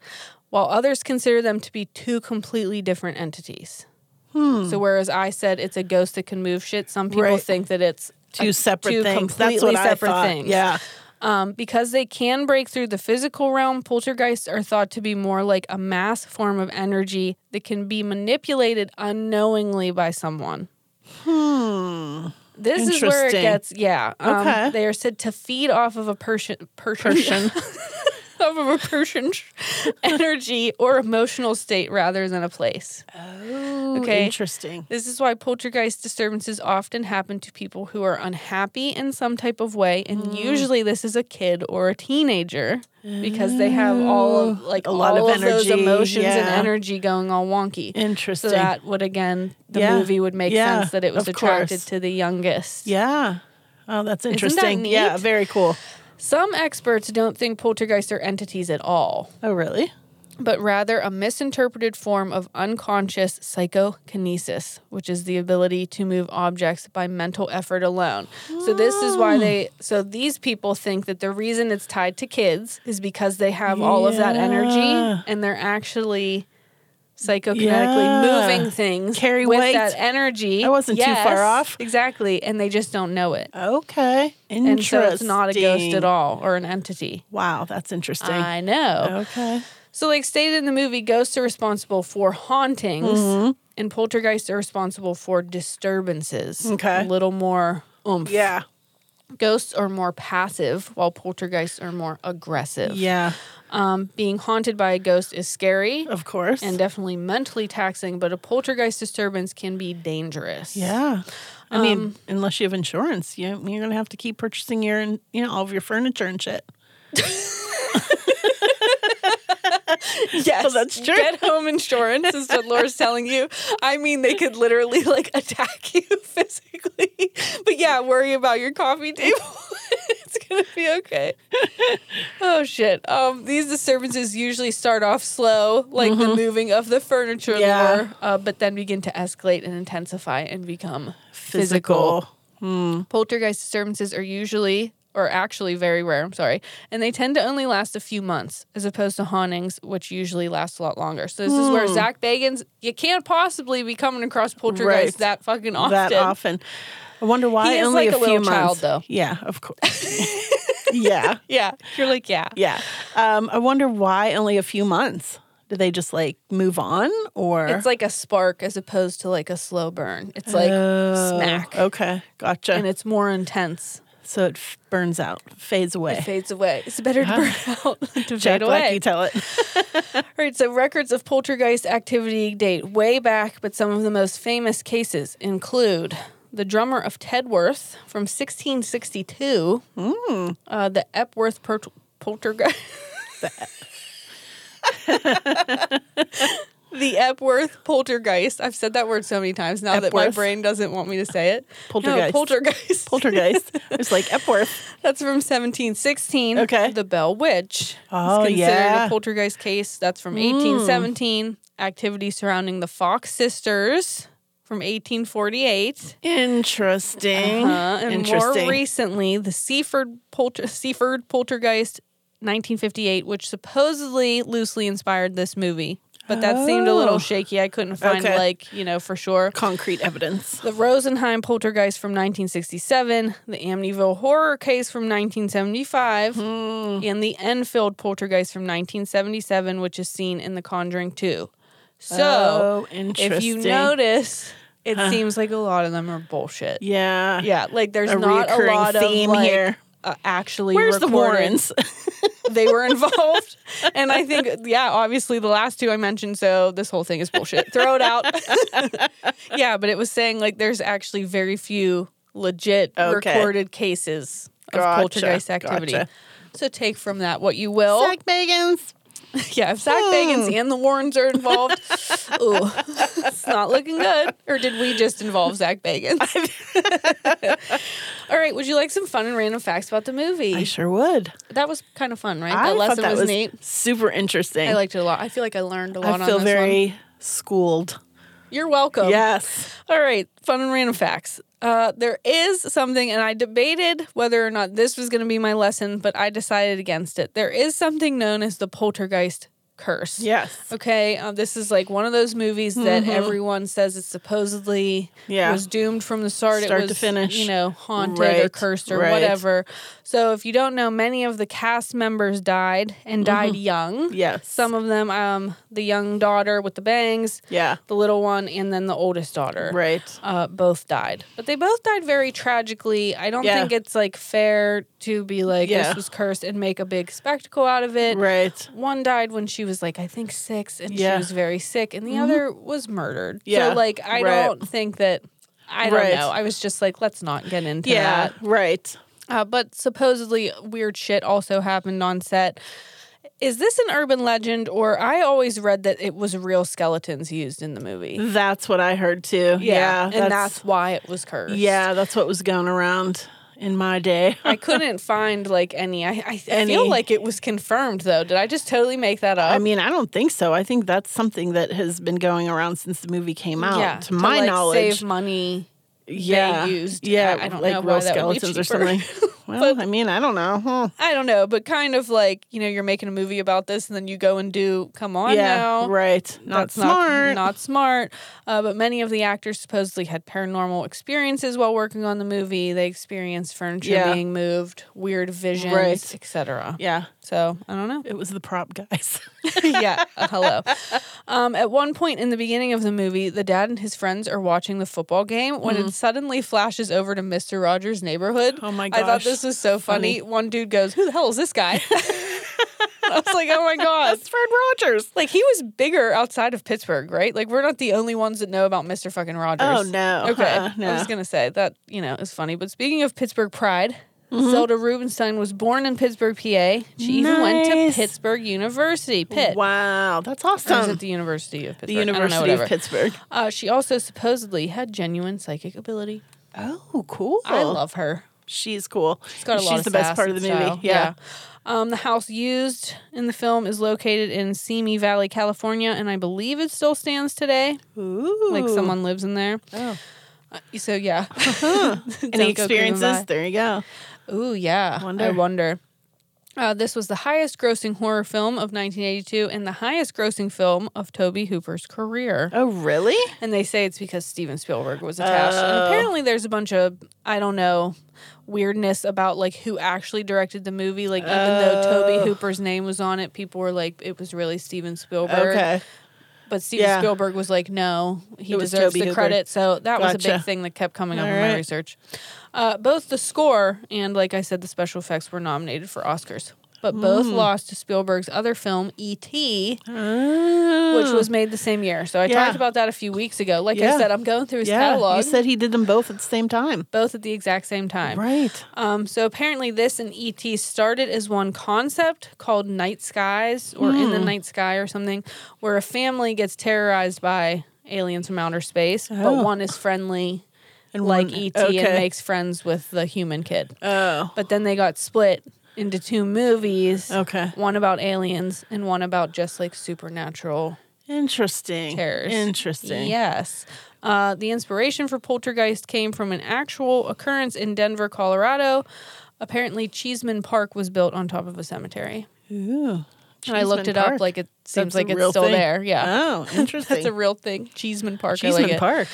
S1: while others consider them to be two completely different entities. So whereas I said it's a ghost that can move shit, some people
S2: Hmm. Right.
S1: think that it's
S2: Two
S1: a-
S2: separate
S1: Uh, two
S2: things. That's
S1: completely
S2: what
S1: separate
S2: I thought.
S1: things.
S2: Yeah.
S1: Um, because they can break through the physical realm, poltergeists are thought to be more like a mass form of energy that can be manipulated unknowingly by someone. Hmm. This is where it
S2: Interesting.
S1: gets, yeah. Um,
S2: Okay.
S1: They are said to feed off of a person, person, off of a person's energy or emotional state rather than a place.
S2: Oh,
S1: Okay.
S2: Interesting.
S1: This is why poltergeist disturbances often happen to people who are unhappy in some type of way, and
S2: Mm.
S1: usually this is a kid or a teenager because they have all of, like
S2: Oh, A lot
S1: all
S2: of
S1: those
S2: energy,
S1: emotions and
S2: yeah.
S1: energy going all wonky. So
S2: Interesting.
S1: that would again, the
S2: Yeah.
S1: movie would make
S2: Yeah,
S1: sense that it was
S2: of
S1: attracted
S2: course.
S1: to the youngest.
S2: yeah. Oh, that's interesting. Yeah.
S1: neat?
S2: Very cool.
S1: Some experts don't think poltergeists are entities at all.
S2: Oh, really?
S1: but rather a misinterpreted form of unconscious psychokinesis, which is the ability to move objects by mental effort alone. So this is why they so these people think that the reason it's tied to kids is because they have all of that
S2: Yeah.
S1: energy and they're actually psychokinetically
S2: Yeah.
S1: moving things
S2: Carry
S1: with
S2: weight.
S1: that energy.
S2: I wasn't too far
S1: Yes,
S2: off.
S1: Exactly, and they just don't know it.
S2: Okay. Interesting.
S1: And so it's not a ghost at all or an entity.
S2: Wow, that's interesting.
S1: I know.
S2: okay.
S1: So, like stated in the movie, ghosts are responsible for hauntings,
S2: Mm-hmm.
S1: and poltergeists are responsible for disturbances.
S2: Okay.
S1: a little more oomph.
S2: Yeah.
S1: Ghosts are more passive, while poltergeists are more aggressive.
S2: Yeah,
S1: Um, being haunted by a ghost is scary
S2: of course.
S1: and definitely mentally taxing, but a poltergeist disturbance can be dangerous.
S2: yeah, I
S1: um,
S2: mean, unless you have insurance, you you're gonna have to keep purchasing your you know all of your furniture and shit.
S1: Yes,
S2: Well, that's true.
S1: Get home insurance is what Laura's telling you. I mean, they could literally like attack you physically, but yeah, worry about your coffee table. it's gonna be okay. Oh shit! Um, these disturbances usually start off slow, like the moving of the furniture,
S2: Mm-hmm. Yeah.
S1: Laura, uh, but then begin to escalate and intensify and become physical. Poltergeist disturbances are usually or actually very rare, I'm sorry. And they tend to only last a few months as opposed to hauntings, which usually last a lot longer. So this is where
S2: Hmm.
S1: Zach Bagans, you can't possibly be coming across poltergeists
S2: Right.
S1: that fucking often.
S2: that often. I wonder why
S1: He is
S2: only
S1: like a
S2: a, few
S1: little
S2: months.
S1: child, though.
S2: Yeah, of course. yeah,
S1: Yeah. You're like, yeah.
S2: yeah. Um, I wonder why only a few months. Do they just like move on, or
S1: It's like a spark as opposed to like a slow burn. It's like
S2: Oh,
S1: smack.
S2: Okay, gotcha.
S1: And it's more intense.
S2: so it f- burns out, fades away.
S1: It fades away. It's better to burn out than to fade
S2: Jack
S1: away.
S2: Black, you tell it.
S1: All right, so records of poltergeist activity date way back, but some of the most famous cases include the drummer of Tedworth from 1662,
S2: Hmm.
S1: uh, the Epworth per- poltergeist.
S2: E
S1: the Epworth poltergeist. I've said that word so many times now that my
S2: Epworth.
S1: brain doesn't want me to say it.
S2: Poltergeist.
S1: No, poltergeist.
S2: Poltergeist. It's like Epworth.
S1: That's from 1716.
S2: Okay.
S1: The Bell Witch.
S2: Oh,
S1: is considered
S2: yeah.
S1: a poltergeist case. That's from 1817. Activity surrounding the Fox sisters from 1848.
S2: Interesting.
S1: Uh, and
S2: Interesting.
S1: more recently, the Seaford, polter- Seaford poltergeist 1958, which supposedly loosely inspired this movie. But that seemed a
S2: Oh.
S1: little shaky. I couldn't find,
S2: Okay.
S1: like, you know, for sure.
S2: Concrete evidence.
S1: The Rosenheim poltergeist from 1967, the Amityville horror case from 1975,
S2: Hmm.
S1: and the Enfield poltergeist from 1977, which is seen in The Conjuring 2. So,
S2: oh, interesting.
S1: if you notice, it seems like a lot of them are bullshit. Yeah,
S2: yeah,
S1: like there's
S2: A
S1: not a
S2: reoccurring
S1: lot
S2: theme
S1: of like,
S2: here.
S1: Uh, actually,
S2: Where's the
S1: recorded-
S2: Warrens?
S1: They were involved, and I think yeah, obviously the last two I mentioned. So this whole thing is bullshit. Throw it out. yeah, but it was saying like there's actually very few legit
S2: Okay.
S1: recorded cases of
S2: Gotcha,
S1: poltergeist activity.
S2: gotcha.
S1: So take from that what you will.
S2: Zach Bagans.
S1: yeah, if Zach Bagans and the Warrens are involved, ooh, it's not looking good. Or did we just involve Zach Bagans? All right, would you like some fun and random facts about the movie?
S2: I sure would.
S1: that was kind of fun, right? that
S2: I thought
S1: lesson
S2: that
S1: was,
S2: was
S1: neat.
S2: super interesting.
S1: I liked it a lot. I feel like I learned a lot
S2: I
S1: on
S2: feel
S1: this
S2: very
S1: one. Um,
S2: schooled.
S1: You're welcome.
S2: yes.
S1: All right, fun and random facts. Uh, there is something, and I debated whether or not this was going to be my lesson, but I decided against it. There is something known as the poltergeist curse.
S2: Yes.
S1: Okay, um, this is like one of those movies that everyone says it supposedly
S2: Mm-hmm. Yeah.
S1: was doomed from the start.
S2: Start
S1: it
S2: to
S1: was,
S2: finish.
S1: you know, haunted or
S2: Right,
S1: cursed or
S2: right.
S1: whatever. So if you don't know, many of the cast members died and
S2: Mm-hmm.
S1: died young.
S2: Yes.
S1: some of them, um, the young daughter with the bangs,
S2: Yeah.
S1: the little one, and then the oldest daughter
S2: Right.
S1: uh, both died, but they both died very tragically. I don't
S2: Yeah.
S1: think it's like fair to be like
S2: Yeah.
S1: this was cursed and make a big spectacle out of it.
S2: Right.
S1: One died when she was like I think six, and
S2: Yeah. Mm-hmm.
S1: she was very sick, and the other was murdered.
S2: Yeah.
S1: So like I
S2: Right.
S1: don't think that. I don't
S2: Right.
S1: know. I was just like, let's not get into
S2: Yeah.
S1: that.
S2: Right.
S1: Uh, but supposedly weird shit also happened on set. Is this an urban legend, or I always read that it was real skeletons used in the movie?
S2: That's what I heard too. Mm, Yeah.
S1: and that's, why it was cursed.
S2: yeah, that's what was going around in my day.
S1: I couldn't find like any. I, I
S2: Any.
S1: feel like it was confirmed though. Did I just totally make that up?
S2: I mean, I don't think so. I think that's something that has been going around since the movie came out.
S1: yeah,
S2: to my
S1: like,
S2: knowledge,
S1: save money.
S2: yeah,
S1: used.
S2: yeah,
S1: I- I don't
S2: like
S1: know
S2: real
S1: why that would be
S2: skeletons or
S1: cheaper.
S2: something. Well, I mean, I don't know. Huh.
S1: I don't know, but kind of like, you know, you're making a movie about this and then you go and do come on
S2: yeah,
S1: now.
S2: right. Not
S1: That's Not,
S2: smart.
S1: not smart. Uh, but many of the actors supposedly had paranormal experiences while working on the movie. They experienced furniture
S2: Yeah.
S1: being moved, weird visions,
S2: Right.
S1: etc.
S2: yeah,
S1: So I don't know.
S2: it was the prop guys.
S1: yeah, uh, hello. Um, at one point in the beginning of the movie, the dad and his friends are watching the football game when it suddenly flashes over to Mister Rogers' neighborhood.
S2: Mm-hmm. Oh my
S1: I thought
S2: gosh,
S1: this was so funny. One dude goes, "Who the hell is this guy?" I was like, "Oh my god."
S2: That's Fred Rogers.
S1: Like he was bigger outside of Pittsburgh, right? Like we're not the only ones that know about Mr. fucking Rogers.
S2: Oh no.
S1: Okay.
S2: Uh,
S1: I
S2: no.
S1: was gonna say that, you know, is funny. But speaking of Pittsburgh pride,
S2: Mm-hmm.
S1: Zelda Rubinstein was born in Pittsburgh, PA. She even went to
S2: Nice.
S1: Pittsburgh University. Pitt.
S2: Wow, that's
S1: Or is
S2: awesome.
S1: it the University of Pittsburgh?
S2: The
S1: I don't know,
S2: University
S1: whatever.
S2: of Pittsburgh.
S1: Uh, she also supposedly had genuine psychic ability.
S2: Oh, cool.
S1: I love her.
S2: She's cool.
S1: She's got a lot
S2: She's
S1: of
S2: the best
S1: sass
S2: part of the
S1: and
S2: movie.
S1: style.
S2: Yeah.
S1: Um, the house used in the film is located in Simi Valley, California, and I believe it still stands today.
S2: Ooh.
S1: Like someone lives in there. Uh,
S2: Oh.
S1: So yeah. Don't
S2: Any
S1: go creeping by.
S2: experiences? There you go.
S1: Ooh, yeah. I
S2: Wonder.
S1: wonder. Uh, this was the highest grossing horror film of 1982 and the highest grossing film of Toby Hooper's career.
S2: Oh, really?
S1: And they say it's because Steven Spielberg was attached. And
S2: Oh.
S1: apparently, there's a bunch of, I don't know, weirdness about like who actually directed the movie. Like, even though Toby
S2: Oh.
S1: Hooper's name was on it, people were like, it was really Steven Spielberg.
S2: Okay.
S1: But Steven
S2: Yeah.
S1: Spielberg was like, no, he
S2: It was
S1: deserves
S2: Toby
S1: the
S2: Hooper.
S1: credit. So that was a big
S2: Gotcha.
S1: thing that kept coming up
S2: All
S1: in my
S2: right.
S1: research. Uh, both the score and, like I said, the special effects were nominated for Oscars, but both
S2: Hmm.
S1: lost to Spielberg's other film, E.T., which was made the same year. So I
S2: Yeah.
S1: talked about that a few weeks ago. Like I
S2: Yeah.
S1: said, I'm going through his
S2: yeah.
S1: catalog,
S2: You said he did them both at the same time.
S1: both at the exact same time.
S2: Right.
S1: Um, so apparently, this and ET started as one concept called Night Skies or In the
S2: Hmm.
S1: Night Sky or something, where a family gets terrorized by aliens from outer space, but
S2: Oh.
S1: one is friendly,
S2: And
S1: like
S2: one-
S1: ET, and
S2: okay.
S1: makes friends with the human kid.
S2: Oh.
S1: But then they got split into two movies
S2: Okay.
S1: one about aliens and one about just like supernatural
S2: Interesting.
S1: Terrors.
S2: Interesting.
S1: Yes. Uh, the inspiration for Poltergeist came from an actual occurrence in Denver, Colorado. Apparently, Cheeseman Park was built on top of a cemetery.
S2: Ooh.
S1: and I looked
S2: Cheeseman
S1: it up.
S2: Park.
S1: Like it seems
S2: That's a
S1: like it's
S2: real
S1: still
S2: thing?
S1: there. Yeah.
S2: Oh, interesting.
S1: That's a real thing. Cheeseman Park. I
S2: Cheeseman
S1: like it.
S2: Park.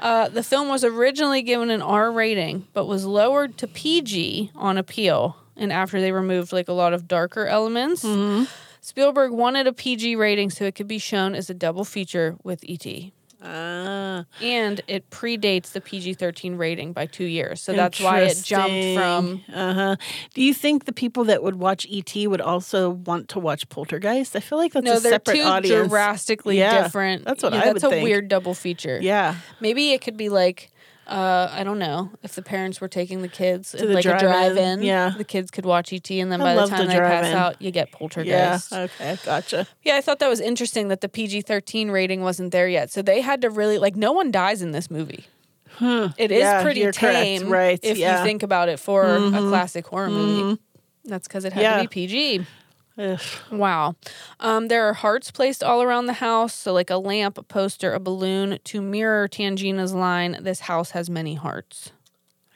S1: Uh, the film was originally given an R rating, but was lowered to PG on appeal. And after they removed like a lot of darker elements,
S2: Mm-hmm.
S1: Spielberg wanted a PG rating so it could be shown as a double feature with E ET.
S2: Ah.
S1: And it predates the PG 13 rating by two years. So that's why it jumped from.
S2: Uh huh. Do you think the people that would watch ET would also want to watch Poltergeist? I feel like that's
S1: No,
S2: a
S1: they're
S2: separate
S1: two
S2: audience.
S1: drastically
S2: Yeah,
S1: different.
S2: that's what
S1: you know,
S2: I
S1: That's
S2: would
S1: a
S2: think.
S1: weird double feature.
S2: Yeah.
S1: Maybe it could be like, uh, I don't know, if the parents were taking the kids to
S2: the
S1: like a
S2: drive-in,
S1: drive-in,
S2: yeah.
S1: the kids could watch ET, and then
S2: I
S1: by the
S2: love
S1: time
S2: the
S1: they pass
S2: drive-in.
S1: out, you get
S2: Yeah.
S1: Poltergeist.
S2: Okay. Gotcha.
S1: Yeah, I thought that was interesting that the PG 13 rating wasn't there yet. So they had to really, like, no one dies in this movie. It is
S2: Yeah,
S1: pretty
S2: you're correct.
S1: tame,
S2: Right,
S1: If
S2: yeah.
S1: you think about it for a classic horror movie, that's because it had
S2: Yeah.
S1: to be PG.
S2: Ugh.
S1: Wow. Um, there are hearts placed all around the house. So, like a lamp, a poster, a balloon to mirror Tangina's line this house has many hearts.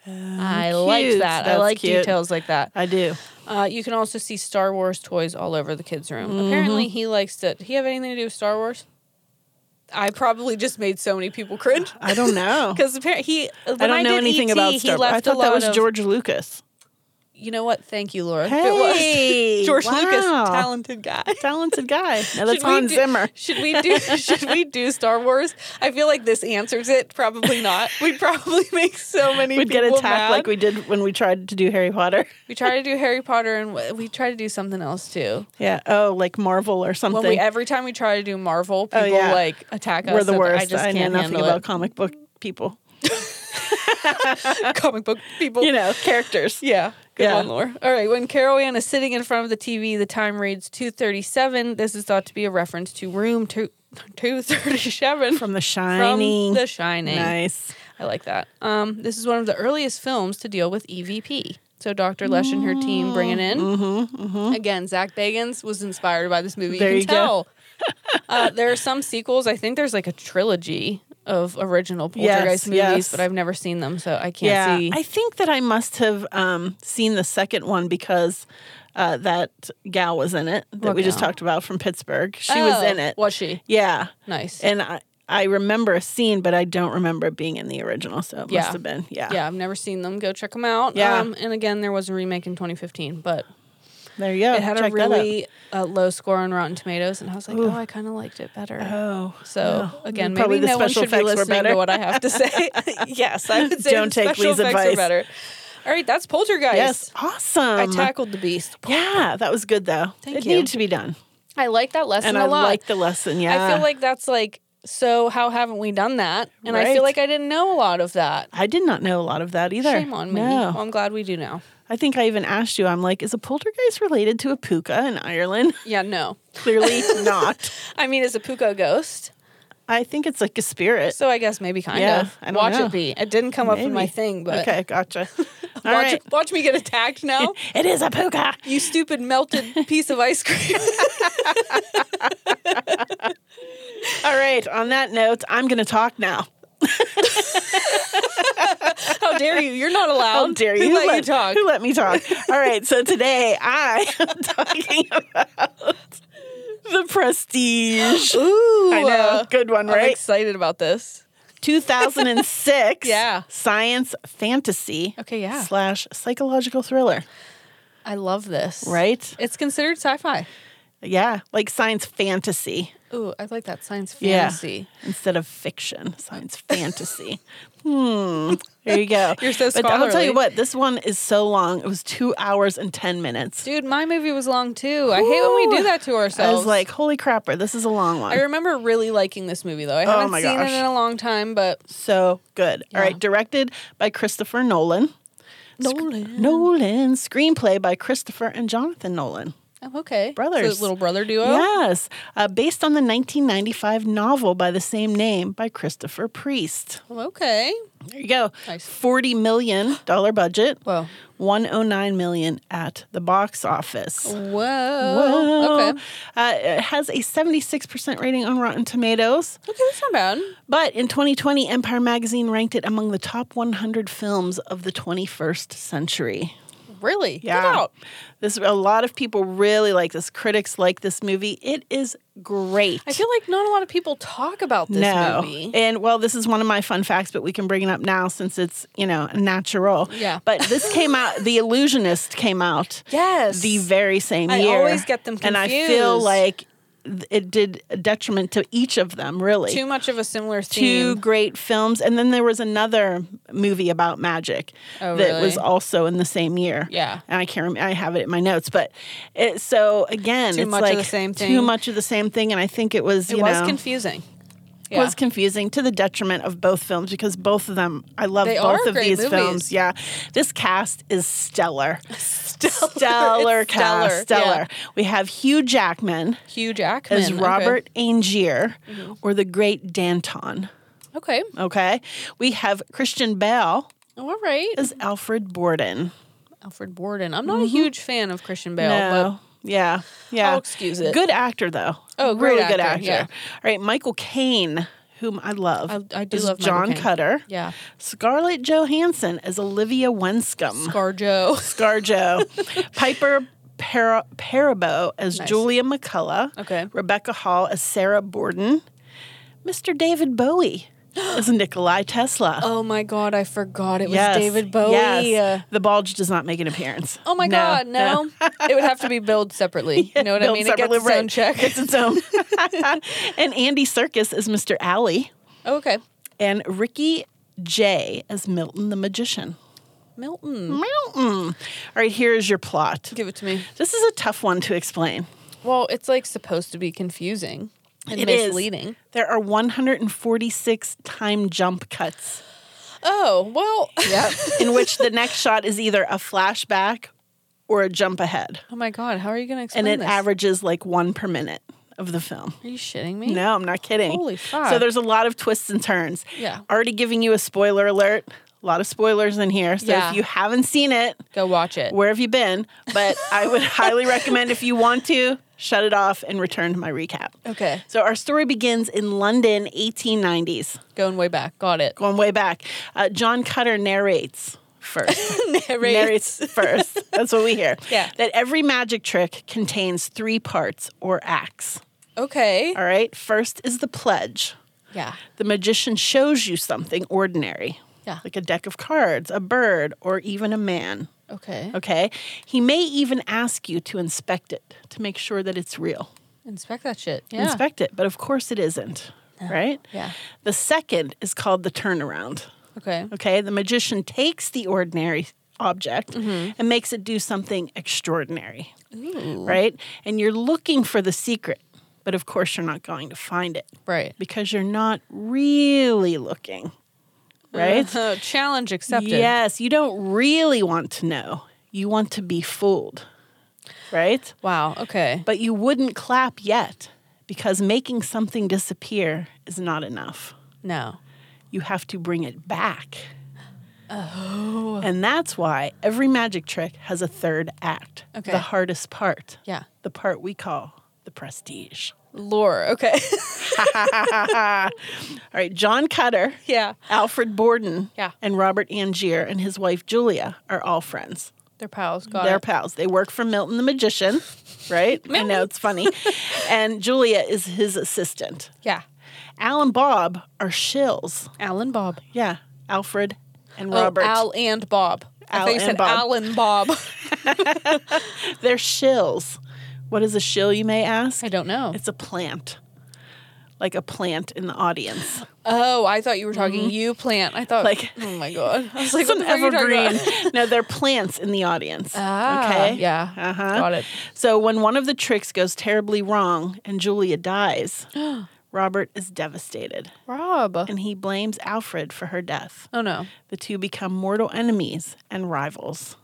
S1: I like
S2: cute.
S1: that. I
S2: That's
S1: like
S2: cute.
S1: details like that.
S2: I do.
S1: Uh, you can also see Star Wars toys all over the kids' room.
S2: Mm-hmm.
S1: Apparently, he likes to. Did he have anything to do with Star Wars? I probably just made so many people cringe
S2: I don't know.
S1: because apparently he. When
S2: I don't know
S1: did
S2: anything
S1: ET,
S2: about
S1: he
S2: Star Wars.
S1: left
S2: I
S1: a
S2: thought that
S1: lot
S2: was
S1: of-
S2: George Lucas.
S1: You know what? Thank you, Laura. it
S2: Hey,
S1: was George Lucas,
S2: wow.
S1: talented guy.
S2: Talented guy. Now
S1: Should
S2: that's
S1: we
S2: Hans
S1: do-
S2: Zimmer.
S1: Should we do? should we do Star Wars? I feel like this answers it. Probably not. We'd probably make so many.
S2: We'd get
S1: people
S2: attacked
S1: mad.
S2: like we did when we tried to do Harry Potter.
S1: We try to do Harry Potter, and w- we try to do something else too.
S2: Yeah. Oh, like Marvel or something. Oh,
S1: When we every time we try to do Marvel, people
S2: yeah.
S1: like attack us.
S2: We're the
S1: and
S2: worst.
S1: I
S2: I,
S1: just can't
S2: know nothing
S1: handle
S2: about comic book people.
S1: it. comic book people.
S2: You know, characters.
S1: Yeah. Good
S2: Yeah.
S1: one, Laura. All right. When Carol Ann is sitting in front of the TV, the time reads two thirty seven. This is thought to be a reference to room two two thirty seven
S2: From The
S1: from
S2: Shining.
S1: The Shining.
S2: Nice.
S1: I like that. Um, this is one of the earliest films to deal with EVP. So Dr. Lesh and her team bring it in. Again, Zach Bagans was inspired by this movie.
S2: Mm-hmm, There
S1: you
S2: you
S1: can tell.
S2: go.
S1: uh, there are some sequels. I think there's like a trilogy of original
S2: Yes,
S1: Poltergeist movies,
S2: yes.
S1: but I've never seen them, so I can't
S2: Yeah,
S1: see.
S2: I think that I must have um, seen the second one because uh, that gal was in it that
S1: What
S2: we just
S1: gal?
S2: talked about from Pittsburgh. She was
S1: Oh,
S2: in it.
S1: Was she?
S2: Yeah,
S1: Nice.
S2: and I I remember a scene, but I don't remember it being in the original. So it
S1: Yeah.
S2: must have been. Yeah.
S1: yeah, I've never seen them. Go check them out.
S2: Yeah.
S1: Um, and again, there was a remake in 2015, but
S2: There you go.
S1: it had a
S2: Check that out.
S1: really uh, low score on Rotten Tomatoes, and I was like, oh, I kind of liked it better.
S2: Oh.
S1: So again,
S2: Probably
S1: maybe
S2: the
S1: no one
S2: special
S1: should be
S2: effects were
S1: listening to
S2: better.
S1: what I have to say. yes, I would say
S2: Don't
S1: the
S2: take
S1: special
S2: Lee's
S1: effects are
S2: advice.
S1: better. All right, that's Poltergeist.
S2: Yes. Awesome.
S1: I tackled the beast.
S2: yeah, that was good though.
S1: Thank
S2: it
S1: you.
S2: needed to be done.
S1: I like that lesson
S2: And
S1: a
S2: I
S1: lot.
S2: like the lesson. Yeah.
S1: I feel like that's like so. How haven't we done that? And I
S2: Right.
S1: feel like I didn't know a lot of that.
S2: I did not know a lot of that either.
S1: Shame on me.
S2: No.
S1: Well, I'm glad we do now.
S2: I think I even asked you, I'm like, is a poltergeist related to a puka in Ireland?
S1: Yeah, no.
S2: Clearly not.
S1: I mean, it's a Puko ghost,
S2: I think it's like a spirit.
S1: so I guess maybe kind
S2: Yeah,
S1: of.
S2: I don't
S1: watch
S2: know.
S1: it be. It didn't come up in my
S2: Maybe.
S1: thing, but
S2: okay, gotcha. All
S1: watch
S2: right.
S1: watch me get attacked now.
S2: It is a puka.
S1: you stupid melted piece of ice cream.
S2: All right. On that note, I'm going to talk now.
S1: How dare you? You're not allowed.
S2: How dare you?
S1: Who let, you
S2: let-
S1: talk?
S2: Who let me talk? All right. So today I am talking about the prestige.
S1: Ooh,
S2: I know.
S1: uh,
S2: Good one,
S1: I'm
S2: right?
S1: excited about this.
S2: 2006.
S1: Yeah.
S2: Science fantasy.
S1: Okay, yeah.
S2: Slash psychological thriller.
S1: I love this.
S2: Right?
S1: It's considered sci-fi.
S2: Yeah. Like science fantasy
S1: Ooh, I like that science
S2: Yeah.
S1: fantasy.
S2: instead of fiction. Science fantasy. hmm. There you go.
S1: You're so
S2: But I'll tell
S1: scholarly.
S2: you what, this one is so long. It was two hours and 10 minutes.
S1: Dude, my movie was long too. I hate when we do
S2: Ooh.
S1: that to
S2: I
S1: ourselves.
S2: was like, holy crapper, this is a long one.
S1: I remember really liking this movie though. I
S2: Oh
S1: haven't
S2: my
S1: seen
S2: gosh.
S1: it in a long time, but
S2: so good. All
S1: Yeah.
S2: right. Directed by Christopher Nolan. Sc-
S1: Nolan.
S2: Nolan. Screenplay by Christopher and Jonathan Nolan.
S1: I'm okay.
S2: Brothers.
S1: So little brother duo.
S2: Yes, uh, based on the 1995 novel by the same name by Christopher Priest.
S1: I'm okay.
S2: There you go.
S1: Nice.
S2: 40 million dollar budget.
S1: Whoa.
S2: 109 million at the box office.
S1: Whoa.
S2: Whoa.
S1: Okay.
S2: Uh, it has a 76% rating on Rotten Tomatoes,
S1: Okay, that's not bad.
S2: but in 2020 Empire magazine ranked it among the top 100 films of the 21st century.
S1: Really? Get
S2: Yeah.
S1: out.
S2: This a lot of people really like this. Critics like this movie. It is great.
S1: I feel like not a lot of people talk about this
S2: no.
S1: movie.
S2: And well, this is one of my fun facts, but we can bring it up now since it's, you know, natural.
S1: Yeah.
S2: But this came out, The Illusionist came out
S1: Yes.
S2: the very same
S1: I
S2: year.
S1: always get them
S2: And I feel
S1: confused.
S2: like th- it did a detriment to each of them, really.
S1: too much of a similar
S2: Two
S1: theme.
S2: great films. And then there was another movie about magic
S1: Oh,
S2: that was
S1: really?
S2: also in the same year.
S1: Yeah.
S2: And I can't remember, I have it in my notes. But it, so again,
S1: Too
S2: it's
S1: much of
S2: like
S1: the same
S2: too
S1: thing.
S2: much of the same thing. And I think it was,
S1: It
S2: you
S1: was
S2: know,
S1: confusing.
S2: it was confusing to the detriment of both films because both of them I love
S1: They
S2: both
S1: are
S2: of
S1: great
S2: these
S1: movies.
S2: films. Yeah. This cast is stellar.
S1: stellar,
S2: Stellar
S1: It's
S2: cast.
S1: stellar.
S2: Stellar. We have Hugh Jackman
S1: Yeah. Hugh Jackman
S2: as
S1: okay. Mm-hmm.
S2: Robert Angier or the great Danton.
S1: Okay.
S2: Okay. We have Christian Bale
S1: Oh, all right.
S2: as Alfred Borden.
S1: Alfred Borden. I'm not a huge fan of Christian Bale,
S2: Mm-hmm. No. Yeah. Yeah.
S1: I'll excuse it.
S2: Good actor though.
S1: Oh, great
S2: really good
S1: actor,
S2: actor.
S1: yeah.
S2: All right, Michael Caine, whom I love.
S1: I- I do
S2: is
S1: love Michael
S2: John
S1: Caine.
S2: Cutter.
S1: but yeah.
S2: Scarlett Johansson as Olivia Wenscombe.
S1: Scarjo.
S2: Scarjo. Piper Para- Parabo as
S1: Nice.
S2: Julia McCullough.
S1: Okay.
S2: Rebecca Hall as Sarah Borden. Mr. David Bowie as Nikolai Tesla.
S1: Oh my God, I forgot it was
S2: Yes,
S1: David Bowie.
S2: Yes. The bulge does not make an appearance.
S1: Oh my
S2: No,
S1: God, no. it would have to be billed separately. You know what I
S2: Billed
S1: mean? It gets
S2: separately,
S1: its own
S2: right.
S1: check.
S2: It's its own. and Andy Circus as Mr. Alley.
S1: Okay.
S2: And Ricky Jay as Milton the Magician.
S1: Milton,
S2: Mm-hmm. Milton. Mm. All right, here is your plot.
S1: give it to me.
S2: This is a tough one to explain.
S1: Well, it's like supposed to be confusing and
S2: It is.
S1: misleading.
S2: There are 146 time jump cuts
S1: Oh, well.
S2: in which the next shot is either a flashback or a jump ahead.
S1: Oh my God, how are you going to explain
S2: And it
S1: this?
S2: averages like one per minute of the film.
S1: Are you shitting me?
S2: No, I'm not kidding.
S1: Holy fuck.
S2: So there's a lot of twists and turns.
S1: Yeah.
S2: Already giving you a spoiler alert. A lot of spoilers in here. So
S1: Yeah.
S2: if you haven't seen it,
S1: Go watch it.
S2: where have you been? But I would highly recommend if you want to, shut it off, and returned my recap.
S1: Okay.
S2: So our story begins in London, 1890s,
S1: Going way back. Got it.
S2: going way back. Uh, John Cutter narrates first.
S1: Narrate.
S2: narrates first. That's what we hear.
S1: Yeah.
S2: That every magic trick contains three parts or acts.
S1: Okay.
S2: All right. First is the pledge.
S1: Yeah.
S2: The magician shows you something ordinary.
S1: Yeah.
S2: Like a deck of cards, a bird, or even a man.
S1: Okay.
S2: Okay. He may even ask you to inspect it to make sure that it's real.
S1: Inspect that shit. Yeah.
S2: Inspect it, but of course it isn't. Right?
S1: Yeah.
S2: The second is called the turnaround.
S1: Okay.
S2: Okay. The magician takes the ordinary object and makes it do something extraordinary. Right? And you're looking for the secret, but of course you're not going to find it
S1: Right.
S2: because you're not really looking. Right?
S1: Uh, challenge accepted.
S2: Yes, you don't really want to know. You want to be fooled, right?
S1: Wow. Okay.
S2: But you wouldn't clap yet because making something disappear is not enough.
S1: No.
S2: You have to bring it back. Oh. And that's why every magic trick has a third act.
S1: Okay.
S2: The hardest part.
S1: Yeah.
S2: The part we call the prestige.
S1: Lore. Okay.
S2: All right, John Cutter.
S1: yeah.
S2: Alfred Borden
S1: Yeah.
S2: and Robert Angier and his wife Julia are all friends.
S1: They're pals. Got
S2: They're
S1: it.
S2: pals. They work for Milton the magician, right? I know it's funny. and Julia is his assistant.
S1: yeah.
S2: Al and Bob are shills.
S1: Alan Bob.
S2: Yeah, Alfred and Robert.
S1: Oh, Al and Bob. I
S2: Al
S1: thought you
S2: and
S1: said
S2: Bob.
S1: Al and Bob.
S2: They're shills. What is a shill, you may ask?
S1: I don't know.
S2: It's a plant, like a plant in the audience.
S1: Oh, I thought you were talking you plant. I thought
S2: Mm-hmm. Like-
S1: like oh my god. I was like
S2: It's
S1: what
S2: an
S1: the fuck are you talking about?
S2: evergreen. no, they're plants in the audience.
S1: Ah,
S2: okay.
S1: yeah.
S2: Uh-huh.
S1: Got it.
S2: So when one of the tricks goes terribly wrong and Julia dies, Robert is devastated
S1: Rob.
S2: and he blames Alfred for her death.
S1: Oh no.
S2: The two become mortal enemies and rivals.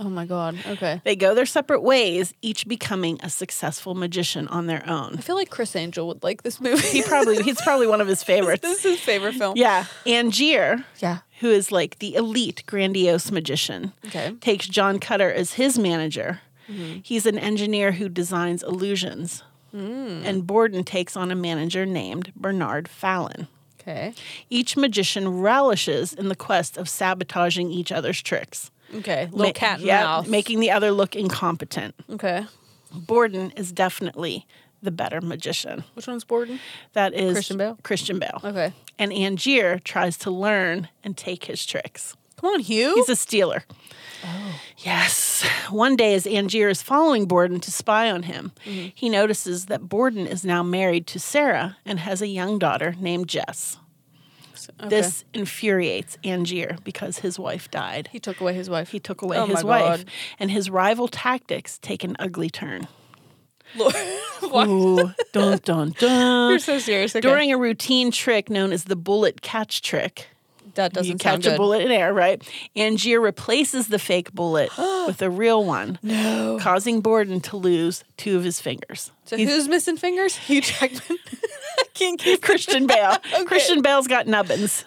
S1: Oh my god. Okay.
S2: They go their separate ways, each becoming a successful magician on their own.
S1: I feel like Chris Angel would like this movie.
S2: He probably he's probably one of his favorites.
S1: this is his favorite film.
S2: Yeah. Angier,
S1: Yeah.
S2: who is like the elite grandiose magician,
S1: Okay.
S2: takes John Cutter as his manager.
S1: Mm-hmm.
S2: He's an engineer who designs illusions.
S1: Mm.
S2: And Borden takes on a manager named Bernard Fallon.
S1: Okay.
S2: Each magician relishes in the quest of sabotaging each other's tricks.
S1: Okay. Little
S2: Ma-
S1: cat and
S2: yeah,
S1: mouse.
S2: Making the other look incompetent.
S1: Okay.
S2: Borden is definitely the better magician.
S1: Which one's Borden?
S2: That is
S1: Christian Bale?
S2: Christian Bale.
S1: Okay.
S2: And Angier tries to learn and take his tricks.
S1: Come on, Hugh.
S2: He's a stealer. Yes. One day, as Angier is following Borden to spy on him, he notices that Borden is now married to Sarah and has a young daughter named Jess.
S1: Okay.
S2: This infuriates Angier because his wife died.
S1: He took away his wife.
S2: He took away
S1: Oh
S2: his
S1: my
S2: wife,
S1: God.
S2: and his rival tactics take an ugly turn.
S1: Lord. Why?
S2: Ooh, dun dun dun.
S1: You're so serious. Okay.
S2: During a routine trick known as the bullet catch trick,
S1: that doesn't
S2: you
S1: sound
S2: catch
S1: good.
S2: a bullet in air, right? Angier replaces the fake bullet with a real one, no. causing Borden to lose two of his fingers.
S1: So who's missing fingers? Hugh Jackman. I can't keep
S2: Christian Bale. Christian Bale's got nubbins.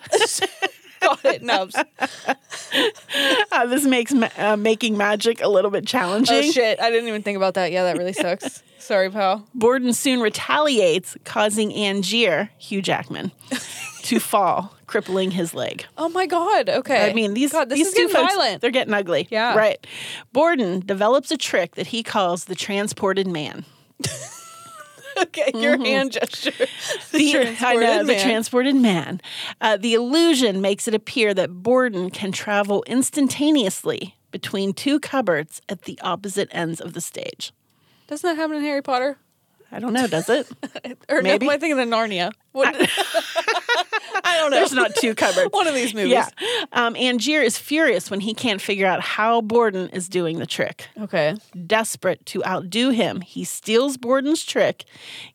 S1: got it. Nubs.
S2: Uh, this makes ma- uh, making magic a little bit challenging.
S1: Oh shit! I didn't even think about that. Yeah, that really sucks. Sorry, pal.
S2: Borden soon retaliates, causing Angier, Hugh Jackman, to fall, crippling his leg.
S1: Oh my god. Okay.
S2: I mean, these
S1: God, this
S2: these
S1: is
S2: two
S1: getting
S2: folks,
S1: violent.
S2: they're getting ugly.
S1: Yeah.
S2: right. Borden develops a trick that he calls the transported man.
S1: Okay, your hand gesture. The,
S2: Mm-hmm. I
S1: transported
S2: know, the
S1: man.
S2: transported man. Uh, the illusion makes it appear that Borden can travel instantaneously between two cupboards at the opposite ends of the stage.
S1: Doesn't that happen in Harry Potter?
S2: I don't know, does it?
S1: Or Maybe.
S2: Maybe.
S1: am I thinking of Narnia? What, I don't know.
S2: There's not two cupboards.
S1: One of these movies.
S2: Yeah. Um, Angier is furious when he can't figure out how Borden is doing the trick.
S1: Okay.
S2: Desperate to outdo him, he steals Borden's trick,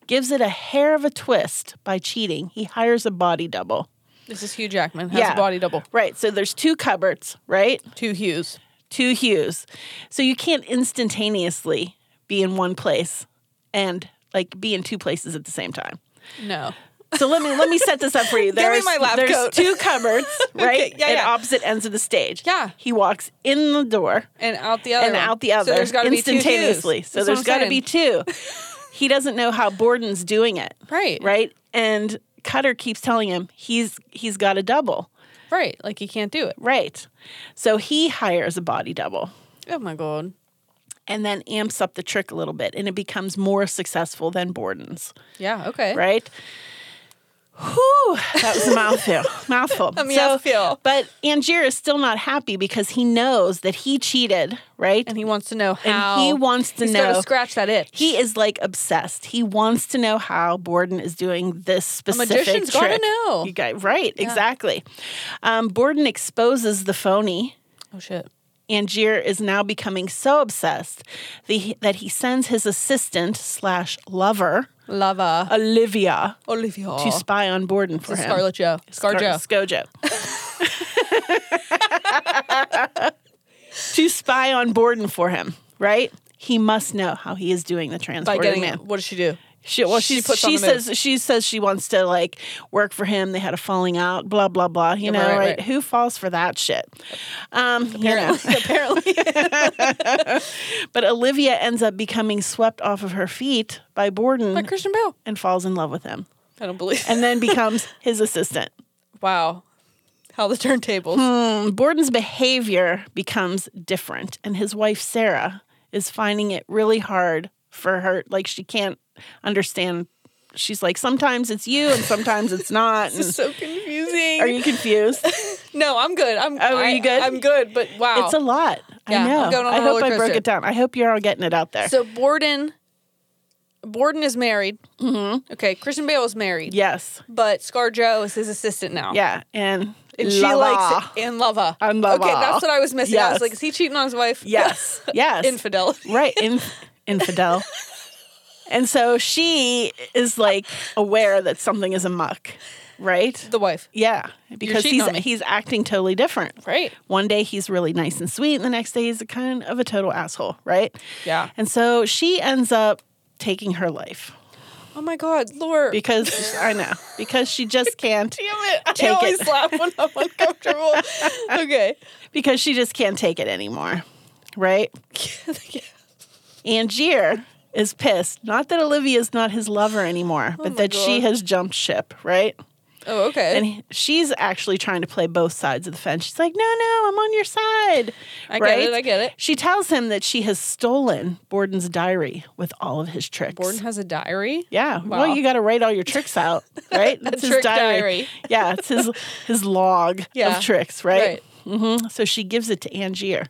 S2: gives it a hair of a twist by cheating. He hires a body double.
S1: This is Hugh Jackman. Has a body double.
S2: Right. So there's two cupboards, right?
S1: Two Hughes.
S2: Two hues. So you can't instantaneously be in one place and like be in two places at the same time.
S1: No.
S2: So let me let me set this up for you. There's
S1: my lab
S2: there's
S1: coat.
S2: two cupboards, right?
S1: Okay, yeah,
S2: at
S1: yeah.
S2: opposite ends of the stage.
S1: Yeah.
S2: He walks in the door
S1: and out the other
S2: and
S1: one.
S2: out the other
S1: So there's got to be two
S2: instantaneously.
S1: hues.
S2: so
S1: That's
S2: there's
S1: what
S2: got to
S1: I'm
S2: be two. He doesn't know how Borden's doing it,
S1: saying. right, right,
S2: right? And Cutter keeps telling him he's he's got a double,
S1: right. Like you can't do it.
S2: right? So he hires a body double.
S1: Oh my god.
S2: and then amps up the trick a little bit and it becomes more successful than Borden's,
S1: Yeah. Okay.
S2: right? Whew, that was a mouthful. mouthful.
S1: A mouthful.
S2: But Angier is still not happy because he knows that he cheated, right?
S1: And he wants to know
S2: And
S1: how.
S2: he wants to
S1: he's
S2: know.
S1: to scratch that itch.
S2: he is like obsessed. He wants to know how Borden is doing this specific
S1: magician's gotta
S2: trick.
S1: know.
S2: You got, right, exactly. Um, Borden exposes the phony.
S1: oh shit.
S2: Angier is now becoming so obsessed that he, that he sends his assistant slash lover
S1: Lava.
S2: Olivia
S1: uh, Olivia.
S2: Uh, to spy on Borden for
S1: This is
S2: him.
S1: Scarlet Joe. Scar,
S2: Scar-
S1: Joe.
S2: Scojo. to spy on Borden for him, right? He must know how he is doing the
S1: By
S2: transported
S1: getting
S2: man.
S1: it. What does she do?
S2: She, well,
S1: She
S2: she
S1: puts on
S2: she
S1: the moves.
S2: says she says she wants to like work for him. They had a falling out, blah blah blah. You know,
S1: right,
S2: right,
S1: right.
S2: Who falls for that shit? Um, you know.
S1: Apparently. apparently.
S2: But Olivia ends up becoming swept off of her feet by Borden
S1: Like Christian Bale.
S2: and falls in love with him
S1: I don't believe.
S2: and then becomes his assistant.
S1: wow. How the turntables.
S2: And Borden's behavior becomes different, and his wife, Sarah, is finding it really hard for her. Like, she can't understand. She's like, sometimes it's you and sometimes it's not.
S1: This is so
S2: And
S1: confusing.
S2: Hmm. are you confused?
S1: no, I'm good. I'm.
S2: Oh, are
S1: I-
S2: you good?
S1: I'm good. But wow.
S2: It's a lot.
S1: Oh. Yeah,
S2: I
S1: I'm
S2: know.
S1: going on
S2: I
S1: a
S2: hope
S1: roller
S2: I broke
S1: coaster.
S2: it down. I hope you're all getting it out there.
S1: So Borden, Borden is married. Mm-hmm. Okay, Christian Bale is married.
S2: yes.
S1: but Scar Joe is his assistant now.
S2: Yeah. And,
S1: and she
S2: love all.
S1: likes it. and Lava.
S2: And Lava.
S1: Okay, that's what I was missing. I was
S2: Yes.
S1: like, is he cheating on his wife?
S2: Yes. Yes.
S1: infidel.
S2: right in, infidel and so she is like aware that something is amok right
S1: The wife.
S2: yeah because
S1: cheating
S2: he's
S1: on me.
S2: he's acting totally different
S1: Right.
S2: one day he's really nice and sweet and the next day he's a kind of a total asshole right
S1: Yeah.
S2: and so she ends up taking her life
S1: Oh my God, Lord.
S2: because i know because she just can't
S1: Damn it. I
S2: Take
S1: always
S2: it.
S1: laugh when I'm uncomfortable. okay.
S2: because she just can't take it anymore right Angier is pissed. Not that Olivia's not his lover anymore, but
S1: Oh my
S2: that she
S1: God.
S2: has jumped ship, right?
S1: oh, okay.
S2: And he- she's actually trying to play both sides of the fence. She's like, no, no, I'm on your side.
S1: I get
S2: right?
S1: it, I get it.
S2: She tells him that she has stolen Borden's diary with all of his tricks.
S1: Borden has a diary.
S2: yeah.
S1: Wow.
S2: Well, you got to write all your tricks out, right? It's
S1: trick diary.
S2: Yeah, it's his his log
S1: Yeah.
S2: of tricks, right? hmm So she gives it to Angier.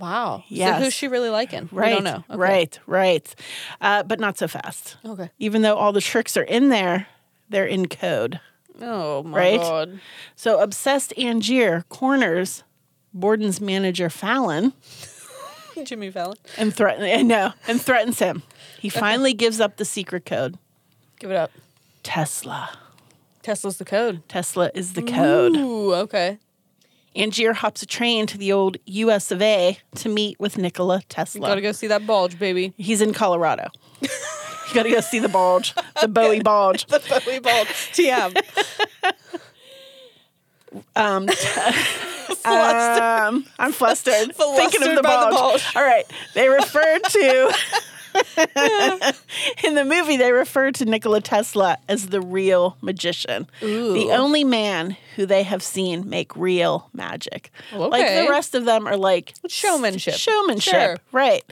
S1: Wow.
S2: Yes.
S1: So who's she really liking?
S2: Right.
S1: We don't know. Okay. Oh.
S2: Right. Right. Uh, but not so fast.
S1: Okay.
S2: Even though all the tricks are in there, they're in code.
S1: Oh my
S2: Right?
S1: God.
S2: So obsessed Angier corners Borden's manager Fallon
S1: Jimmy Fallon.
S2: and threatens. No, and threatens him. He finally gives up the secret code.
S1: Give it up.
S2: Tesla.
S1: Tesla's the code.
S2: Tesla is the code.
S1: Ooh, okay.
S2: Angier hops a train to the old U.S. of A. to meet with Nikola Tesla.
S1: Gotta go see that bulge, baby.
S2: He's in Colorado. you gotta go see the bulge, the Bowie bulge.
S1: The Bowie bulge. TM.
S2: Um,
S1: uh,
S2: um, I'm flustered. Thinking
S1: Flustered
S2: of the
S1: by the
S2: bulge.
S1: bulge.
S2: All right. They refer to in the movie. They refer to Nikola Tesla as the real magician,
S1: Ooh.
S2: the only man who they have seen make real magic. Like
S1: Okay.
S2: the rest of them are like
S1: Showmanship.
S2: Showmanship,
S1: Sure.
S2: right?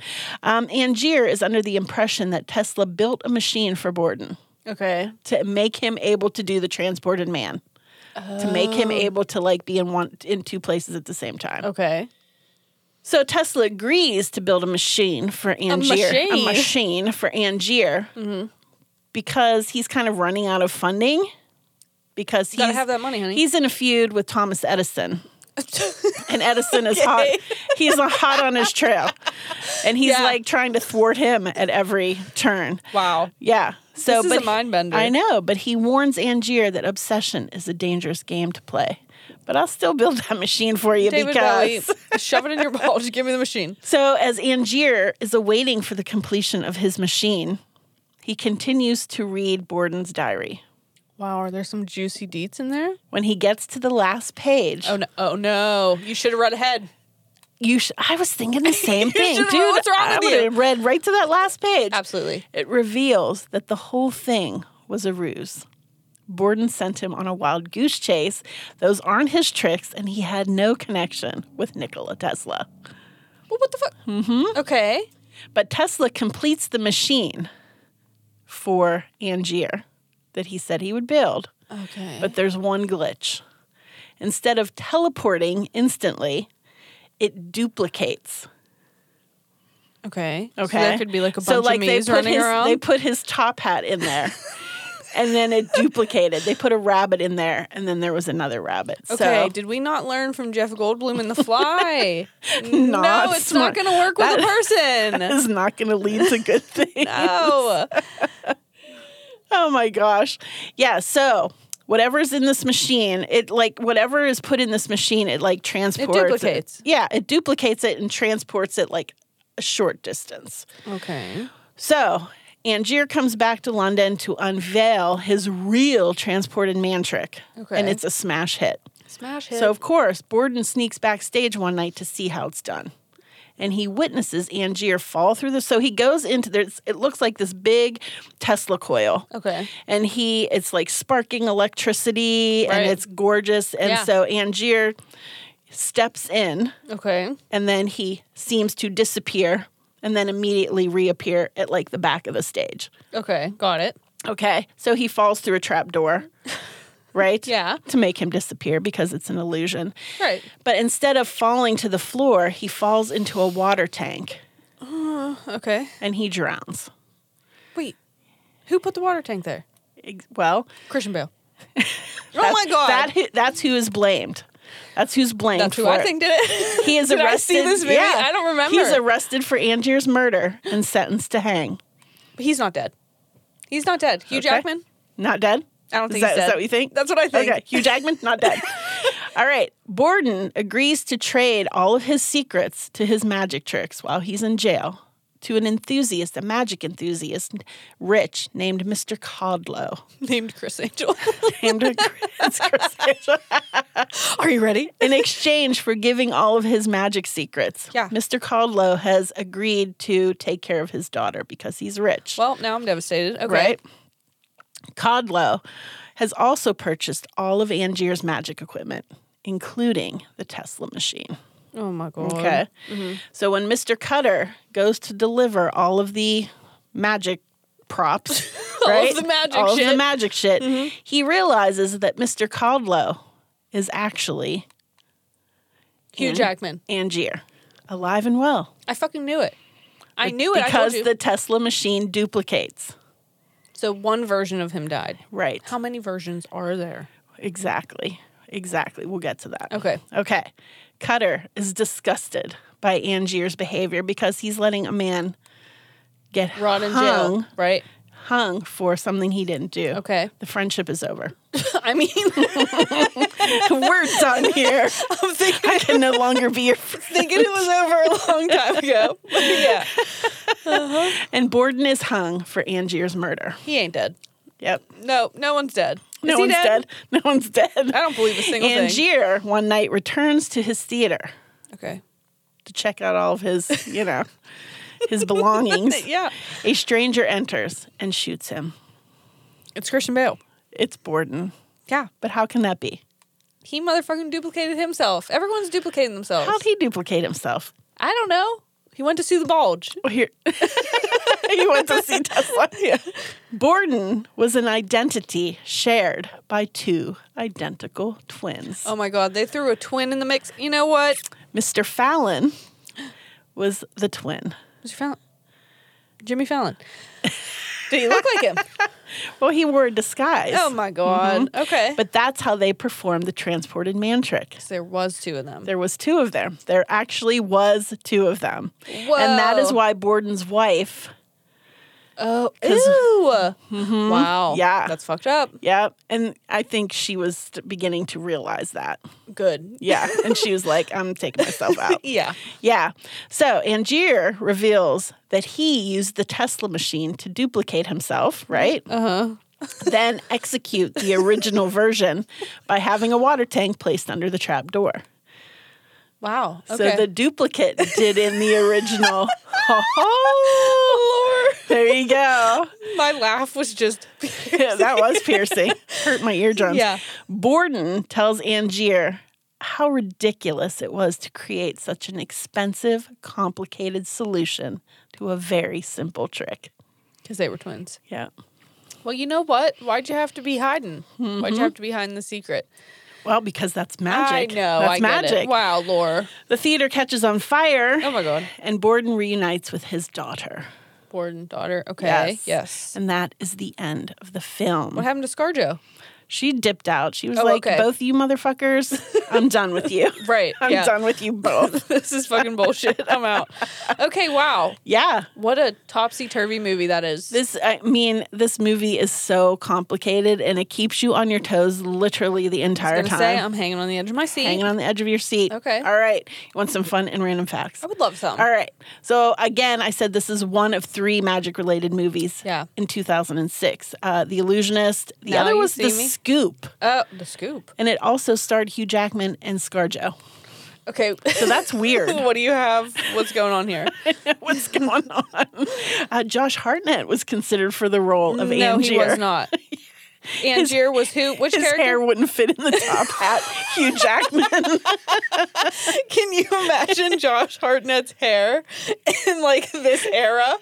S2: Um, Angier is under the impression that Tesla built a machine for Borden
S1: Okay.
S2: to make him able to do the transported man to make
S1: Oh.
S2: him able to like be in one in two places at the same time
S1: Okay.
S2: so tesla agrees to build a machine for angier
S1: machine. Mm-hmm.
S2: machine for angier because he's kind of running out of funding because
S1: Gotta
S2: he's,
S1: have that money, honey.
S2: he's in a feud with thomas edison and edison is hot he's hot on his trail and he's
S1: Yeah.
S2: like trying to thwart him at every turn
S1: wow.
S2: yeah. So
S1: This is
S2: but
S1: a mind bender.
S2: I know, but he warns Angier that obsession is a dangerous game to play. But I'll still build that machine for you
S1: David
S2: because
S1: Bowie, shove it in your bulge. Give me the machine.
S2: So as Angier is awaiting for the completion of his machine, he continues to read Borden's diary.
S1: Wow, are there some juicy deets in there?
S2: When he gets to the last page,
S1: Oh no! Oh no! You should have run ahead.
S2: you sh- I was thinking the same thing,
S1: should've-
S2: dude.
S1: what's wrong
S2: I
S1: with
S2: would've
S1: you?
S2: Read right to that last page.
S1: Absolutely.
S2: It reveals that the whole thing was a ruse. Borden sent him on a wild goose chase. Those aren't his tricks, and he had no connection with Nikola Tesla.
S1: Well, what the fuck? Mm-hmm. Okay.
S2: But Tesla completes the machine for Angier that he said he would build.
S1: Okay.
S2: But there's one glitch. Instead of teleporting instantly, it duplicates.
S1: okay.
S2: Okay.
S1: So there could be like a bunch
S2: so, like,
S1: of
S2: they
S1: me's
S2: put
S1: running
S2: his,
S1: around.
S2: They put his top hat in there. and then it duplicated. They put a rabbit in there and then there was another rabbit.
S1: okay.
S2: So
S1: Did we not learn from Jeff Goldblum in The Fly?
S2: Not
S1: no, it's not
S2: smart.
S1: going to work with a person.
S2: it's not going to lead to good things.
S1: no.
S2: Oh my gosh. Yeah, so whatever's in this machine, it like whatever is put in this machine, it like transports
S1: duplicates.
S2: It. Yeah, it duplicates it and transports it like a short distance.
S1: Okay.
S2: So, Angier comes back to London to unveil his real transported man trick.
S1: Okay.
S2: And it's a smash hit.
S1: Smash hit.
S2: So, of course, Borden sneaks backstage one night to see how it's done. And he witnesses Angier fall through the. So he goes into this, it looks like this big Tesla coil.
S1: okay.
S2: And he, it's like sparking electricity
S1: Right.
S2: and it's gorgeous. And
S1: Yeah.
S2: so Angier steps in
S1: Okay.
S2: and then he seems to disappear and then immediately reappear at like the back of the stage.
S1: Okay. Got it.
S2: Okay. So he falls through a trap door, right?
S1: Yeah.
S2: To make him disappear because it's an illusion.
S1: Right.
S2: But instead of falling to the floor, he falls into a water tank
S1: Okay.
S2: and he drowns.
S1: Wait. Who put the water tank there?
S2: Ex- Well,
S1: Christian Bale. oh my god.
S2: that who, that's who is blamed. That's who's blamed.
S1: That's who
S2: for
S1: I
S2: it.
S1: think did it.
S2: He is
S1: Did I
S2: arrested.
S1: see this movie?
S2: Yeah.
S1: I don't remember.
S2: He's arrested for Angier's murder and sentenced to hang.
S1: But he's not dead. He's not dead. Hugh
S2: Okay.
S1: Jackman?
S2: Not dead?
S1: I don't
S2: Is
S1: think
S2: that-
S1: he's
S2: is
S1: dead.
S2: that what you think?
S1: That's what I think.
S2: Okay, Hugh Jackman, not dead. all right. Borden agrees to trade all of his secrets to his magic tricks while he's in jail to an enthusiast, a magic enthusiast, rich, named Mr. Codlow.
S1: Named Chris Angel.
S2: Named Chris Angel.
S1: Are you ready?
S2: in exchange for giving all of his magic secrets,
S1: Yeah.
S2: Mr. Codlow has agreed to take care of his daughter because he's rich.
S1: Well, now I'm devastated. Okay.
S2: right? Codlow has also purchased all of Angier's magic equipment, including the Tesla machine.
S1: Oh my god.
S2: Okay.
S1: Mm-hmm.
S2: So when Mr. Cutter goes to deliver all of the magic props,
S1: All of
S2: right?
S1: the magic
S2: all of the
S1: shit. Mm-hmm.
S2: magic shit, he realizes that Mr. Codlow is actually
S1: Hugh
S2: And-
S1: Jackman.
S2: Angier, alive and well,
S1: I fucking knew it. I knew it. I told
S2: because
S1: you.
S2: the Tesla machine duplicates.
S1: so one version of him died.
S2: Right.
S1: How many versions are there?
S2: Exactly. Exactly. We'll get to that.
S1: Okay.
S2: Okay. Cutter is disgusted by Angier's behavior because he's letting a man get
S1: Rot in
S2: hung,
S1: jail. Right.
S2: hung for something he didn't do.
S1: Okay.
S2: The friendship is over.
S1: I mean,
S2: We're done here.
S1: I'm thinking,
S2: I can no longer be your friend.
S1: thinking it was over a long time ago. But yeah.
S2: And Borden is hung for Angier's murder.
S1: He ain't dead.
S2: Yep.
S1: No, no one's dead.
S2: No
S1: Is he
S2: one's dead? No one's dead.
S1: I don't believe a single thing.
S2: Angier one night returns to his theater
S1: Okay.
S2: to check out all of his, you know, his belongings.
S1: Yeah.
S2: A stranger enters and shoots him.
S1: It's Christian Bale.
S2: It's Borden.
S1: Yeah.
S2: But how can that be?
S1: He motherfucking duplicated himself. Everyone's duplicating themselves.
S2: How'd he duplicate himself?
S1: I don't know. He went to see the bulge.
S2: Well, here. you went to see Tesla. Borden was an identity shared by two identical twins.
S1: Oh my God. They threw a twin in the mix. You know what?
S2: Mr. Fallon was the twin.
S1: Mr. Fallon. Jimmy Fallon. Did he look like him?
S2: Well, he wore a disguise.
S1: Oh my God. Okay. But
S2: But that's how they performed the transported man trick.
S1: there was two of them.
S2: There was two of them. There actually was two of them. And that is
S1: Whoa.
S2: why Borden's wife
S1: Oh, ew. Wow.
S2: Yeah.
S1: That's fucked up.
S2: Yep. And I think she was st- beginning to realize that.
S1: Good.
S2: Yeah. and she was like, I'm taking myself out.
S1: Yeah.
S2: Yeah. So Angier reveals that he used the Tesla machine to duplicate himself, right?
S1: Uh huh.
S2: then execute the original version by having a water tank placed under the trap door.
S1: Wow.
S2: So the duplicate did in the original. oh, Lord. There you go.
S1: my laugh was just
S2: that was piercing. Hurt my eardrums.
S1: Yeah.
S2: Borden tells Angier how ridiculous it was to create such an expensive, complicated solution to a very simple trick.
S1: because they were twins.
S2: Yeah.
S1: Well, you know what? Why'd you have to be hiding? Why'd you have to be hiding the secret?
S2: Well, because that's Mm-hmm. magic.
S1: I know.
S2: That's
S1: I get
S2: magic.
S1: it. Wow, Lore.
S2: The theater catches on fire.
S1: Oh my God.
S2: And Borden reunites with his daughter.
S1: Borden daughter. Okay. Yes.
S2: And that is the end of the film.
S1: What happened to ScarJo?
S2: She dipped out. She was
S1: Oh,
S2: like,
S1: okay.
S2: both you motherfuckers, I'm done with you.
S1: Right.
S2: I'm
S1: yeah.
S2: done with you both.
S1: this is fucking bullshit. I'm out. Okay. Wow.
S2: yeah.
S1: What a topsy turvy movie that is.
S2: This, I mean, this movie is so complicated and it keeps you on your toes literally the
S1: I
S2: entire
S1: was
S2: time.
S1: gonna say I'm hanging on the edge of my seat.
S2: hanging on the edge of your seat.
S1: Okay.
S2: All right. You want some fun and random facts?
S1: I would love some.
S2: All right. So again, I said this is one of three magic-related movies.
S1: Yeah.
S2: In 2006, uh, The Illusionist. The
S1: Now
S2: other
S1: you
S2: was The
S1: see me.
S2: Scoop,
S1: Oh, the scoop.
S2: and it also starred Hugh Jackman and ScarJo.
S1: Okay.
S2: So that's weird.
S1: what do you have? What's going on here?
S2: What's going on? Uh, Josh Hartnett was considered for the role of
S1: no,
S2: Angier.
S1: he was not. Angier was who? Which
S2: His
S1: character?
S2: hair wouldn't fit in the top hat. Hugh Jackman.
S1: Can you imagine Josh Hartnett's hair in like this era?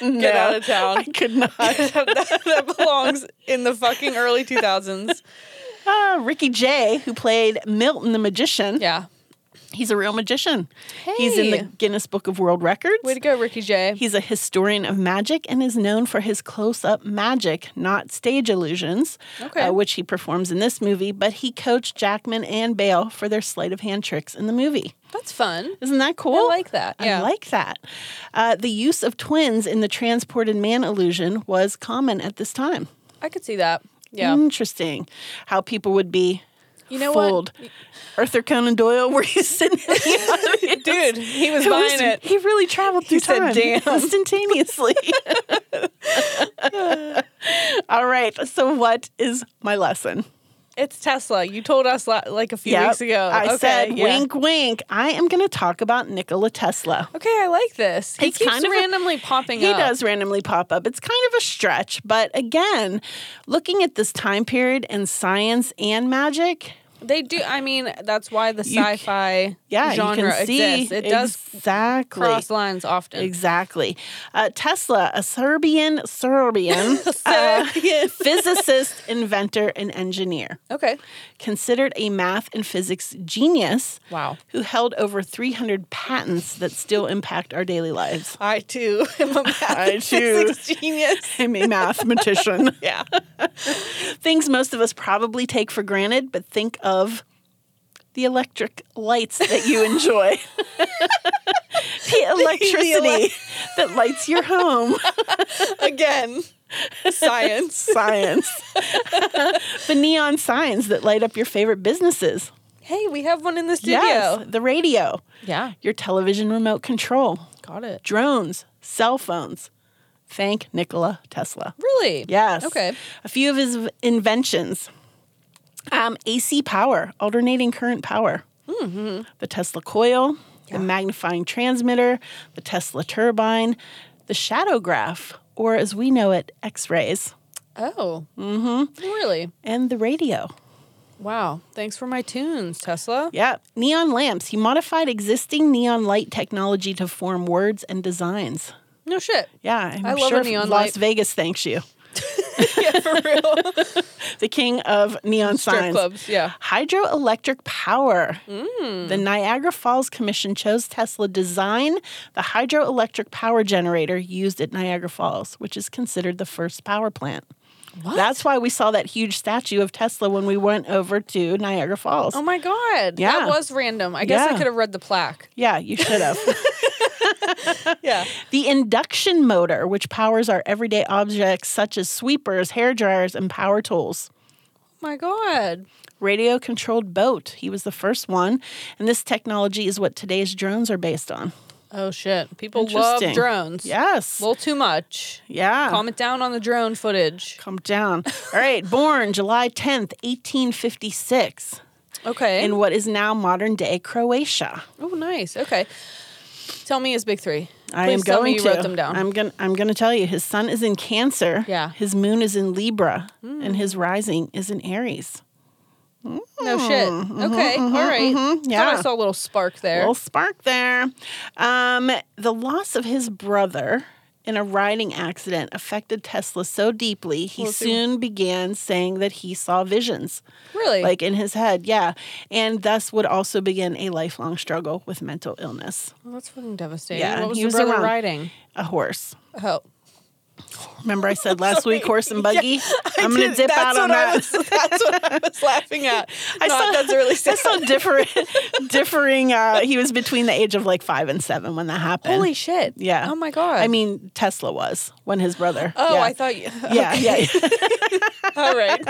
S1: Get
S2: No,
S1: out of town.
S2: I could not.
S1: that, that belongs in the fucking early 2000s.
S2: Uh, Ricky Jay, who played Milton the magician.
S1: Yeah.
S2: He's a real magician. He's in the
S1: Hey.
S2: Guinness Book of World Records.
S1: Way to go, Ricky J.
S2: He's a historian of magic and is known for his close up magic, not stage illusions,
S1: Okay.
S2: uh, which he performs in this movie. But he coached Jackman and Bale for their sleight of hand tricks in the movie.
S1: That's fun.
S2: Isn't that cool?
S1: I like that. Yeah.
S2: I like that. Uh, the use of twins in the transported man illusion was common at this time.
S1: I could see that. Yeah.
S2: Mm. Interesting how people would be
S1: You know what?
S2: fooled. Arthur Conan Doyle, were you sitting in the audience?
S1: Dude, he was buying it.
S2: He really traveled through
S1: said,
S2: time
S1: "Damn."
S2: instantaneously. All right. So, what is my lesson?
S1: It's Tesla. You told us la- like a few
S2: Yep,
S1: weeks ago.
S2: I
S1: okay,
S2: said,
S1: yeah.
S2: wink, wink. I am going to talk about Nikola Tesla.
S1: Okay, I like this. He
S2: It's
S1: keeps
S2: kind of a-
S1: randomly popping
S2: He
S1: up.
S2: does randomly pop up. It's kind of a stretch, but again, looking at this time period and science and magic,
S1: They do. I mean, that's why the
S2: You c-
S1: sci-fi
S2: yeah,
S1: genre
S2: you can see
S1: exists. It does
S2: exactly.
S1: cross lines often.
S2: Exactly. Uh, Tesla, a Serbian, Serbian uh,
S1: Serbian.
S2: physicist, inventor, and engineer,
S1: Okay.
S2: considered a math and physics genius
S1: Wow.
S2: who held over 300 patents that still impact our daily lives.
S1: I too am a
S2: physics
S1: genius.
S2: I'm a mathematician.
S1: Yeah.
S2: Things most of us probably take for granted, but think of the electric lights that you enjoy. the electricity that lights your home.
S1: Again, science.
S2: science. the neon signs that light up your favorite businesses.
S1: Hey, we have one in the studio.
S2: Yes, the radio,
S1: Yeah.
S2: your television remote control,
S1: Got it.
S2: drones, cell phones. Thank Nikola Tesla.
S1: Really?
S2: Yes.
S1: Okay.
S2: A few of his v- inventions. Um, AC power, alternating current power. The Tesla coil, the magnifying transmitter, the Tesla turbine, the shadow graph, or as we know it, X-rays,
S1: Oh. Mm-hmm. Really?
S2: and the radio.
S1: Wow. Thanks for my tunes, Tesla.
S2: Yeah. Neon lamps. He modified existing neon light technology to form words and designs.
S1: No shit.
S2: Yeah, I'm
S1: I love
S2: sure
S1: a neon
S2: Las
S1: light.
S2: Vegas thanks you.
S1: yeah, for real.
S2: The king of neon
S1: Strip
S2: signs.
S1: clubs. Yeah.
S2: Hydroelectric power.
S1: Mm.
S2: The Niagara Falls Commission chose Tesla design the hydroelectric power generator used at Niagara Falls, which is considered the first power plant. That's why we saw that huge statue of Tesla when we went over to Niagara Falls.
S1: Oh my god.
S2: Yeah.
S1: That was random. I guess I
S2: Yeah.
S1: could have read the plaque.
S2: Yeah, you should have.
S1: Yeah.
S2: The induction motor, which powers our everyday objects such as sweepers, hair dryers, and power tools.
S1: Oh my god.
S2: Radio controlled boat. He was the first one. And this technology is what today's drones are based on.
S1: Oh shit! People love
S2: Interesting.
S1: drones.
S2: Yes.
S1: a little too much.
S2: yeah.
S1: Comment down on the drone footage.
S2: Come down. All right. Born July 10th, 1856,
S1: Okay.
S2: in what is now modern day Croatia.
S1: oh, nice. Okay. Tell me his big three.
S2: I
S1: Please
S2: am
S1: tell
S2: going
S1: me you
S2: to.
S1: wrote them down.
S2: I'm gonna. I'm gonna tell you. His sun is in Cancer.
S1: Yeah. Hmm.
S2: His moon is in Libra, and his rising is in Aries.
S1: no shit.
S2: Mm-hmm,
S1: okay. All right. Thought
S2: yeah.
S1: I saw a little spark there.
S2: Little spark there. Um, the loss of his brother in a riding accident affected Tesla so deeply he soon began saying that he saw visions,
S1: really?
S2: like in his head. Yeah, and thus would also begin a lifelong struggle with mental illness.
S1: Well, that's fucking devastating.
S2: Yeah,
S1: what was
S2: he
S1: the
S2: was
S1: brother
S2: around.
S1: riding?
S2: A horse.
S1: Oh,
S2: Remember, I said last week, horse and buggy. I'm gonna
S1: Dude,
S2: dip out on
S1: what I
S2: that.
S1: was- that's what I was laughing at. I
S2: saw-
S1: that's really
S2: I
S1: sad.
S2: saw different, differing. Uh, he was between the age of like five and seven when that happened.
S1: Holy shit!
S2: yeah.
S1: Oh my god.
S2: I mean, Tesla was when his brother.
S1: Oh,
S2: yeah.
S1: I thought you.
S2: Yeah, yeah.
S1: All right.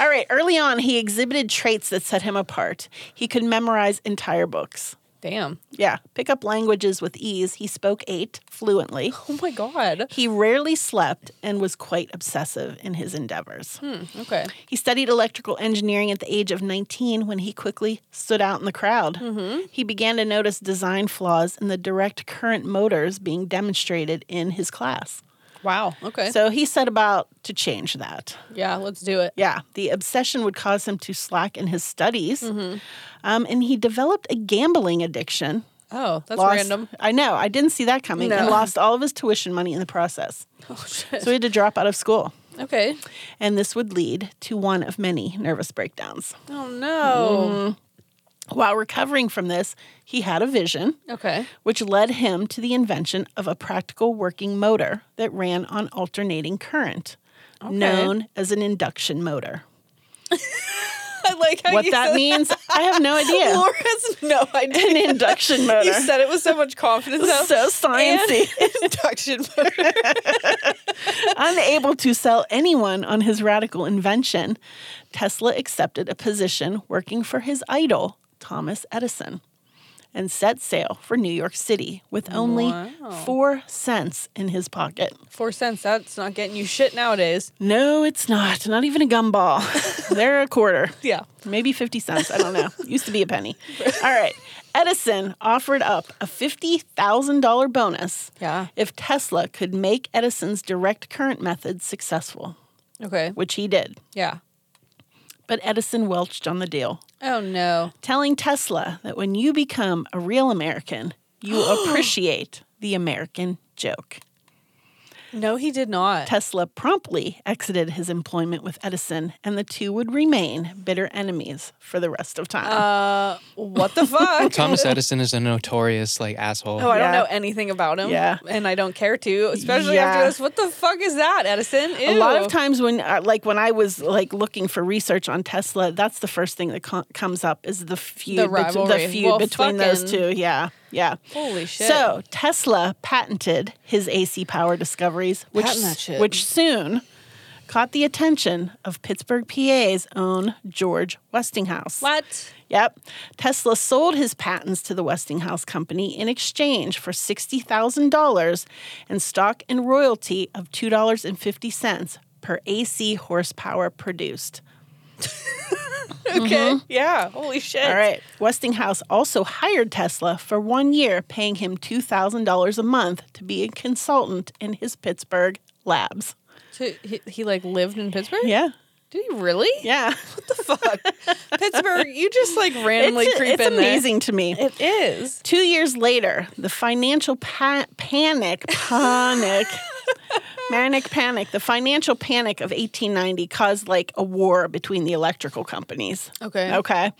S2: All right. Early on, he exhibited traits that set him apart. He could memorize entire books.
S1: Damn.
S2: Yeah, pick up languages with ease. He spoke eight fluently.
S1: Oh my god.
S2: He rarely slept and was quite obsessive in his endeavors.
S1: Hmm. Okay.
S2: He studied electrical engineering at the age of 19 when he quickly stood out in the crowd.
S1: Mm-hmm.
S2: He began to notice design flaws in the direct current motors being demonstrated in his class.
S1: Wow. Okay.
S2: So he set about to change that.
S1: yeah. Let's do it.
S2: Yeah, the obsession would cause him to slack in his studies.
S1: Mm-hmm.
S2: Um, and he developed a gambling addiction.
S1: Oh, that's
S2: lost-
S1: random.
S2: I know. I didn't see that coming. And
S1: No.
S2: lost all of his tuition money in the process.
S1: Oh shit.
S2: So he had to drop out of school.
S1: Okay.
S2: And this would lead to one of many nervous breakdowns.
S1: Oh no.
S2: While recovering from this, he had a vision,
S1: Okay.
S2: which led him to the invention of a practical working motor that ran on alternating current, known as an induction motor.
S1: I like how
S2: What
S1: you
S2: that
S1: said
S2: means, I have no idea.
S1: Laura's no idea.
S2: An induction motor.
S1: You said it with so much confidence. though.
S2: so sciencey.
S1: And induction motor.
S2: Unable to sell anyone on his radical invention, Tesla accepted a position working for his idol, Thomas Edison, and set sail for New York City with only
S1: Wow.
S2: four cents in his pocket.
S1: Four cents. That's not getting you shit nowadays.
S2: No, it's not. Not even a gumball. They're a quarter.
S1: Yeah.
S2: Maybe 50 cents. I don't know. Used to be a penny. All right. Edison offered up a $50,000 bonus
S1: Yeah.
S2: if Tesla could make Edison's direct current method successful,
S1: Okay.
S2: which he did.
S1: Yeah.
S2: But Edison welched on the deal,
S1: Oh no.
S2: telling Tesla that when you become a real American, you appreciate the American joke.
S1: No, he did not.
S2: Tesla promptly exited his employment with Edison, and the two would remain bitter enemies for the rest of time.
S1: uh, what the fuck?
S3: Thomas Edison is a notorious like asshole.
S1: Oh, I don't
S2: Yeah.
S1: know anything about him.
S2: Yeah.
S1: And I don't care to, especially after
S2: Yeah.
S1: this. What the fuck is that, Edison?
S2: a lot of
S1: Ew.
S2: times when uh, like when i was like looking for research on tesla that's the first thing that co- comes up is the feud
S1: The
S2: bet-
S1: rivalry.
S2: feud
S1: Well,
S2: between those two
S1: fucking-
S2: yeah yeah
S1: Holy shit.
S2: so tesla patented his ac power discoveries which
S1: Patent that shit.
S2: which soon caught the attention of pittsburgh pa's own george westinghouse
S1: What?
S2: Yep. Tesla sold his patents to the Westinghouse Company in exchange for $60,000 and stock and royalty of $2.50 per AC horsepower produced.
S1: Okay. Yeah. Holy shit.
S2: All right. Westinghouse also hired Tesla for one year, paying him $2,000 a month to be a consultant in his Pittsburgh labs.
S1: So he, he like lived in Pittsburgh?
S2: Yeah.
S1: Did he really?
S2: Yeah.
S1: What the fuck? Pittsburgh, you just like randomly
S2: it's
S1: creep
S2: it's
S1: in
S2: amazing to me.
S1: there. It is.
S2: Two years later, the financial pa- panic, panic, manic panic, the financial panic of 1890 caused like a war between the electrical companies.
S1: Okay.
S2: Okay.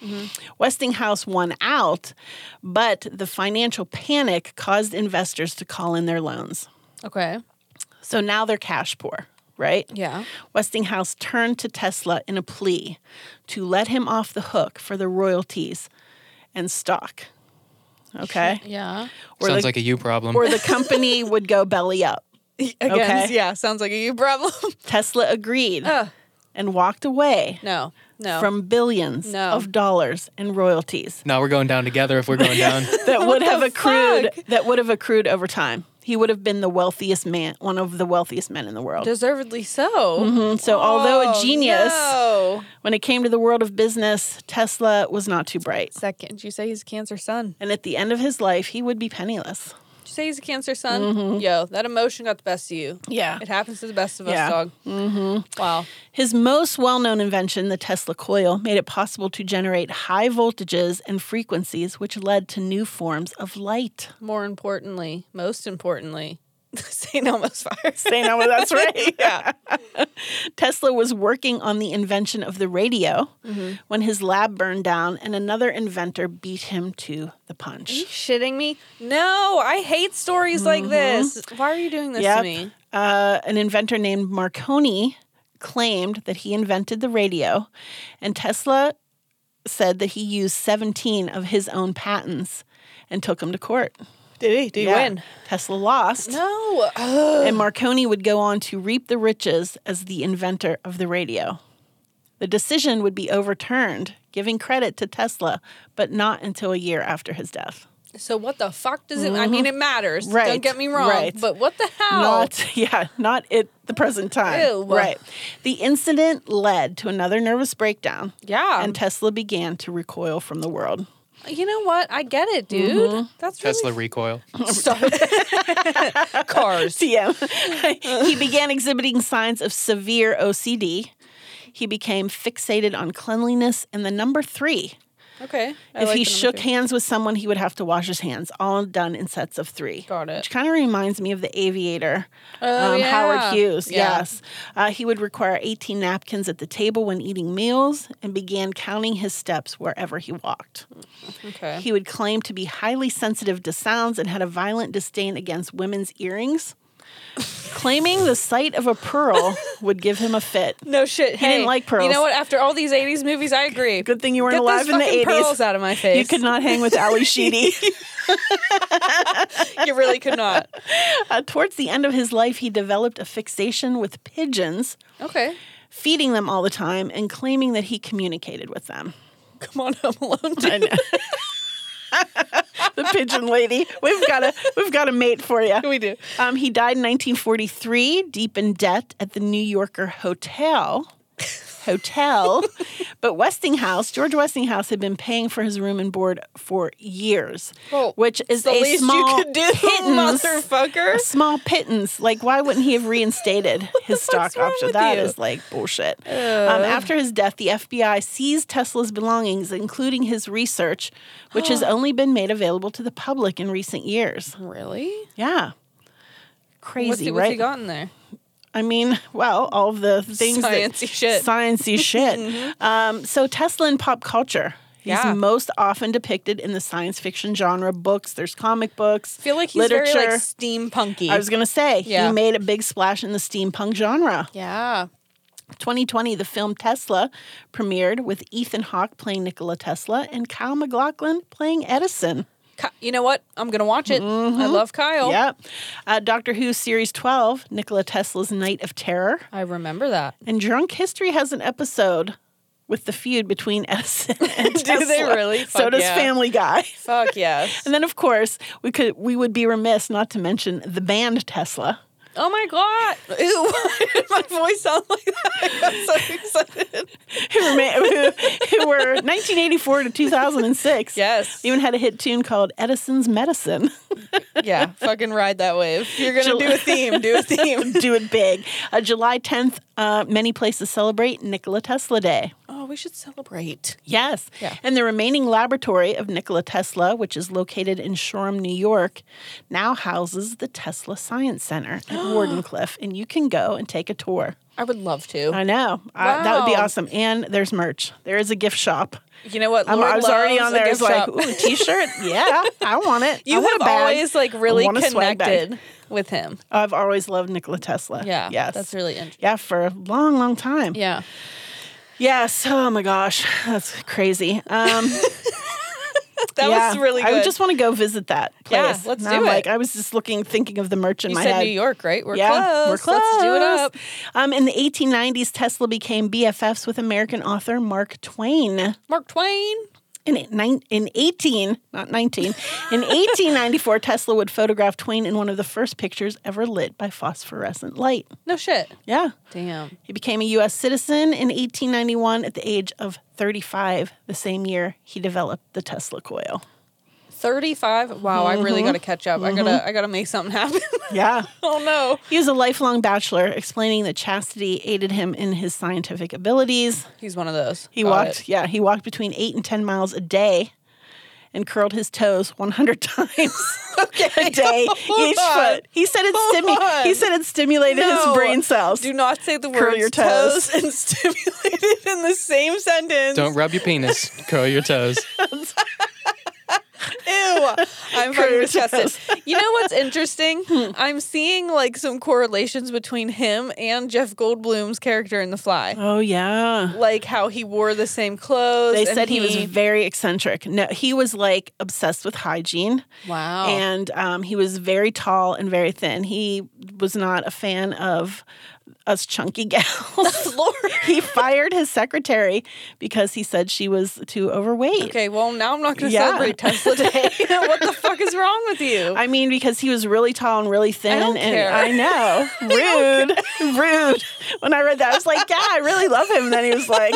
S2: Westinghouse won out, but the financial panic caused investors to call in their loans.
S1: Okay.
S2: So now they're cash poor, right?
S1: Yeah.
S2: Westinghouse turned to Tesla in a plea to let him off the hook for the royalties and stock. Okay.
S1: Yeah.
S2: Or
S3: Sounds
S2: the-
S3: like a you problem.
S2: or the company would go belly up.
S1: Again, yeah, sounds like a you problem.
S2: Tesla agreed,
S1: Ugh.
S2: and walked away
S1: No, no.
S2: from billions
S1: No.
S2: of dollars in royalties
S3: Now we're going down together if we're going down.
S2: that would have
S1: the
S2: accrued
S1: fuck?
S2: that would have accrued over time. He would have been the wealthiest man, one of the wealthiest men in the world.
S1: Deservedly so.
S2: Mhm. So, although a
S1: Oh,
S2: genius,
S1: no.
S2: when it came to the world of business, Tesla was not too bright.
S1: Second, you say he's a Cancer Sun.
S2: And at the end of his life, he would be penniless.
S1: Did you say he's a Cancer Sun? Yo, that emotion got the best of you.
S2: Yeah.
S1: It happens to the best of
S2: Yeah.
S1: us, dog. Mm-hmm. Wow.
S2: His most well known invention, the Tesla coil, made it possible to generate high voltages and frequencies, which led to new forms of light.
S1: More importantly, most importantly, St. Elmo's fire.
S2: They know that's right.
S1: yeah.
S2: Tesla was working on the invention of the radio when his lab burned down and another inventor beat him to the punch.
S1: Shitting me? No, I hate stories like this. Why are you doing this to
S2: Mm-hmm. Yep.
S1: me?
S2: Uh, an inventor named Marconi claimed that he invented the radio, and Tesla said that he used 17 of his own patents and took him to court.
S1: Did he? Did
S2: Yeah. Tesla lost.
S1: No. Ugh.
S2: And Marconi would go on to reap the riches as the inventor of the radio. The decision would be overturned, giving credit to Tesla, but not until a year after his death.
S1: So what the fuck does it? I mean, it matters. Don't
S2: Mm-hmm. Right,
S1: get me wrong.
S2: right.
S1: But what the hell?
S2: Not yeah, not at the present time.
S1: Ew.
S2: Right. The incident led to another nervous breakdown.
S1: yeah.
S2: And Tesla began to recoil from the world.
S1: you know what? I get it, dude.
S2: Mm-hmm.
S1: That's really
S3: Tesla recoil.
S1: Stop it. Cars.
S2: Yeah. he began exhibiting signs of severe OCD. He became fixated on cleanliness and the number 3
S1: Okay. I like
S2: if he
S1: the number
S2: shook
S1: two.
S2: hands with someone, he would have to wash his hands, all done in sets of three.
S1: Got it.
S2: Which kind of reminds me of the aviator, Um,
S1: Oh, yeah.
S2: Howard Hughes.
S1: Yeah.
S2: Yes. Uh, he would require 18 napkins at the table when eating meals and began counting his steps wherever he walked.
S1: Okay.
S2: He would claim to be highly sensitive to sounds and had a violent disdain against women's earrings. Claiming the sight of a pearl would give him a fit.
S1: no shit. He hey,
S2: didn't like
S1: You
S2: pearls.
S1: know what? After all these '80s movies, I agree.
S2: Good thing you weren't
S1: Get
S2: alive
S1: those
S2: in the
S1: fucking
S2: 80s.
S1: Pearls out of my face.
S2: You could not hang with Ali Sheedy.
S1: You really could not.
S2: Uh, towards the end of his life, he developed a fixation with pigeons,
S1: Okay.
S2: feeding them all the time and claiming that he communicated with them.
S1: Come on, Home Alone.
S2: I know. the pigeon lady. We've got a we've got a mate for you.
S1: We do.
S2: Um, he died in 1943, deep in debt at the New Yorker Hotel. Hotel, but Westinghouse, George Westinghouse, had been paying for his room and board for years,
S1: Well,
S2: which is
S1: the
S2: a
S1: least
S2: small
S1: you could do,
S2: pittance
S1: motherfucker.
S2: a small pittance. Like, why wouldn't he have reinstated his stock
S1: wrong
S2: option?
S1: with
S2: That is
S1: you?
S2: like bullshit. Um, after his death, the FBI seized Tesla's belongings, including his research, which has only been made available to the public in recent years.
S1: Really?
S2: Yeah. Crazy,
S1: what's he,
S2: right?
S1: what's he got in there?
S2: I mean, well, all of the things that-
S1: Sciencey shit. Mm-hmm.
S2: sciencey shit. Um, so Tesla in pop culture. He's
S1: Yeah.
S2: most often depicted in the science fiction genre books. There's comic books.
S1: I feel like he's
S2: literature.
S1: very like steampunky.
S2: I was going to say,
S1: Yeah.
S2: he made a big splash in the steampunk genre.
S1: yeah.
S2: 2020, the film Tesla premiered with Ethan Hawke playing Nikola Tesla and Kyle McLaughlin playing Edison.
S1: Ki- You know what? I'm gonna watch it. I love Kyle.
S2: Yep. Uh, Doctor Who Series 12, Nikola Tesla's Night of Terror.
S1: I remember that.
S2: And Drunk History has an episode with the feud between Edison and
S1: Do they
S2: Tesla.
S1: really?
S2: So
S1: Fuck
S2: does
S1: yeah.
S2: Family Guy.
S1: Fuck yes.
S2: And then, of course, we could we would be remiss not to mention the band Tesla.
S1: Oh my god! Ew, why did my voice sound like that? I got so excited.
S2: who, rema- who, who were 1984 to 2006.
S1: Yes.
S2: Even had a hit tune called Edison's Medicine.
S1: Yeah. Fucking ride that wave. You're gonna
S2: Jul-
S1: do a theme. Do a theme.
S2: Do it big. Uh, July 10th, uh, many places celebrate Nikola Tesla Day.
S1: Oh, we should celebrate.
S2: Yes.
S1: Yeah.
S2: And the remaining laboratory of Nikola Tesla, which is located in Shoreham, New York, now houses the Tesla Science Center at Wardenclyffe. And you can go and take a tour.
S1: I would love to.
S2: I know. I- that would be
S1: Wow.
S2: awesome. And there's merch, there is a gift shop.
S1: You know what?
S2: I'm,
S1: Lord
S2: I was already
S1: loves
S2: on
S1: a
S2: there. It's
S1: gift
S2: like,
S1: shop.
S2: ooh, t-shirt. yeah, I want it. I
S1: you
S2: want
S1: have
S2: a bag.
S1: always like
S2: I
S1: really
S2: want a swag bag.
S1: connected with him.
S2: I've always loved Nikola Tesla.
S1: Yeah.
S2: Yes.
S1: That's really interesting.
S2: yeah, for a long, long time.
S1: Yeah.
S2: Yes. Oh my gosh, that's crazy. Um,
S1: That
S2: Yeah.
S1: was really good.
S2: I would just want to go visit that
S1: Yeah,
S2: place.
S1: let's
S2: And
S1: do
S2: I'm
S1: it.
S2: Like I was just looking, thinking of the merch in
S1: you
S2: my
S1: said
S2: head.
S1: New York, right? We're
S2: yeah,
S1: close.
S2: we're close.
S1: Let's do it up.
S2: Um, in the 1890s, Tesla became BFFs with American author Mark Twain.
S1: Mark Twain.
S2: In, it- nine, in 18, not 19, in 1894, Tesla would photograph Twain in one of the first pictures ever lit by phosphorescent light.
S1: No shit.
S2: Yeah.
S1: Damn.
S2: He became a U.S. citizen in 1891 at the age of 35, the same year he developed the Tesla coil.
S1: 35. Wow, I
S2: Mm-hmm.
S1: really got to catch up. I got to I got to make something happen.
S2: Yeah.
S1: oh no.
S2: He was a lifelong bachelor, explaining that chastity aided him in his scientific abilities.
S1: He's one of those.
S2: He
S1: Got
S2: walked,
S1: it.
S2: yeah, he walked between eight and 10 miles a day and curled his toes 100 times a day
S1: hold
S2: each
S1: on.
S2: foot. He said it,
S1: Hold
S2: stimu- he
S1: on.
S2: said it stimulated
S1: No.
S2: his brain cells.
S1: Do not say the
S2: Curl
S1: words
S2: your toes.
S1: toes and stimulated in the same sentence.
S3: Don't rub your penis. Curl your toes.
S1: Ew. I'm fucking
S2: Career
S1: disgusted.
S2: toes.
S1: You know what's interesting? I'm seeing like some correlations between him and Jeff Goldblum's character in The Fly.
S2: Oh, yeah.
S1: Like how he wore the same clothes.
S2: They
S1: and
S2: said he, was very eccentric. No, he was like obsessed with hygiene.
S1: Wow.
S2: and um, he was very tall and very thin. He was not a fan of us chunky gals.
S1: Lord.
S2: he fired his secretary because he said she was too overweight.
S1: Okay, well now I'm not gonna
S2: Yeah.
S1: celebrate Tesla Day. what the fuck is wrong with you?
S2: I mean, because he was really tall and really thin,
S1: don't
S2: and
S1: care.
S2: I know rude, rude. When I read that, I was like, "Yeah, I really love him." And then he was like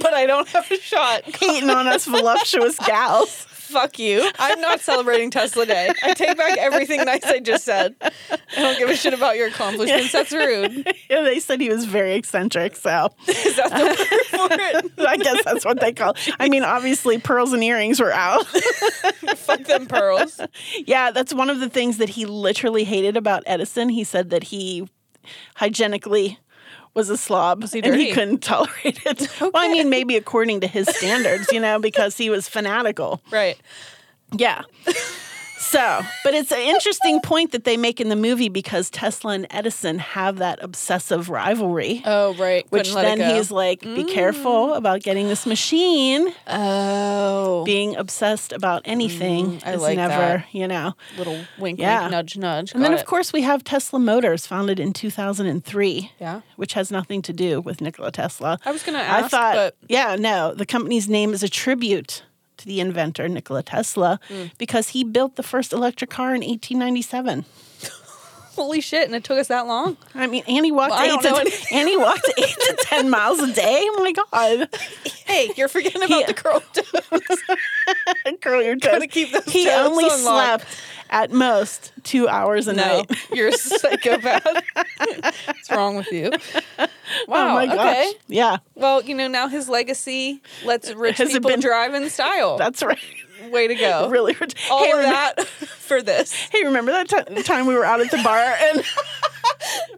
S1: but I don't have a shot.
S2: hating on us voluptuous gals.
S1: Fuck you. I'm not celebrating Tesla Day. I take back everything nice I just said. I don't give a shit about your accomplishments. That's rude.
S2: And they said he was very eccentric, so
S1: Is that the word for it?
S2: I guess that's what they call. I mean, obviously, pearls and earrings were out.
S1: Fuck them pearls.
S2: Yeah, that's one of the things that he literally hated about Edison. He said that he hygienically was a slob
S1: he
S2: and he
S1: dirty?
S2: couldn't tolerate it. Well, I mean, maybe according to his standards, you know, because he was fanatical.
S1: Right.
S2: Yeah. So, but it's an interesting point that they make in the movie because Tesla and Edison have that obsessive rivalry.
S1: Oh, right.
S2: Which
S1: Couldn't let
S2: then
S1: it go. Mm.
S2: he's like, be careful about getting this machine.
S1: oh,
S2: Being obsessed about anything
S1: Mm, I
S2: is
S1: like
S2: never,
S1: that.
S2: you know.
S1: little wink,
S2: Yeah.
S1: wink, nudge, nudge.
S2: And then,
S1: Got
S2: of
S1: it.
S2: course, we have Tesla Motors, founded in 2003,
S1: Yeah.
S2: which has nothing to do with Nikola Tesla.
S1: I was gonna
S2: I
S1: ask,
S2: thought,
S1: but
S2: yeah, no, the company's name is a tribute to the inventor Nikola Tesla
S1: Hmm.
S2: because he built the first electric car in 1897.
S1: holy shit! And it took us that long.
S2: I mean, Annie walked
S1: Well, I
S2: eight
S1: don't
S2: to
S1: know
S2: Annie walked eight to ten miles a day. Oh my god!
S1: Hey, you're forgetting about the curl.
S2: Curl your toes.
S1: keep those
S2: He
S1: toes
S2: only
S1: on lock.
S2: slept at most two hours a
S1: No,
S2: night.
S1: you're a psychopath. What's wrong with you? Wow.
S2: oh my gosh!
S1: Okay.
S2: Yeah,
S1: Well, you know, now his legacy lets rich
S2: Has it
S1: people
S2: been-
S1: drive in style.
S2: that's right.
S1: Way to go.
S2: Really, rich.
S1: Oh. All
S2: Hey,
S1: of
S2: remember-
S1: that for this.
S2: Hey, remember that ti- time we were out at the bar and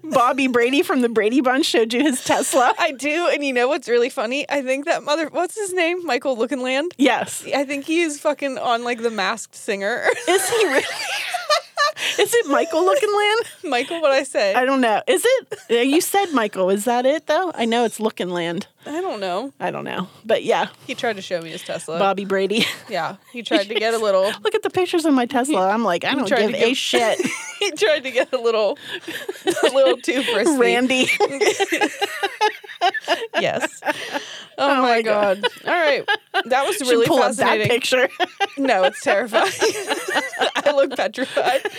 S2: Bobby Brady from the Brady Bunch showed you his Tesla?
S1: I do. And you know what's really funny? I think that mother, what's his name? Michael Lookinland?
S2: Yes.
S1: I think he is fucking on like the masked singer.
S2: Is he really? Is it Michael Lookinland?
S1: Michael, what I say?
S2: I
S1: I,
S2: don't know. Is it? Yeah, You said Michael. Is that it though? I know it's Lookinland.
S1: don't know.
S2: I don't know. But yeah,
S1: He tried to show me his Tesla.
S2: Bobby Brady.
S1: Yeah. He tried to get a little,
S2: Look at the pictures of my Tesla. I'm like, I don't
S1: tried
S2: give,
S1: to
S2: a
S1: give-
S2: shit.
S1: he tried to get a little, a little too frisky.
S2: Randy.
S1: Yes. Oh, my, God. All right. That was really
S2: pull up that
S1: fascinating.
S2: picture.
S1: No, it's terrifying. I look petrified.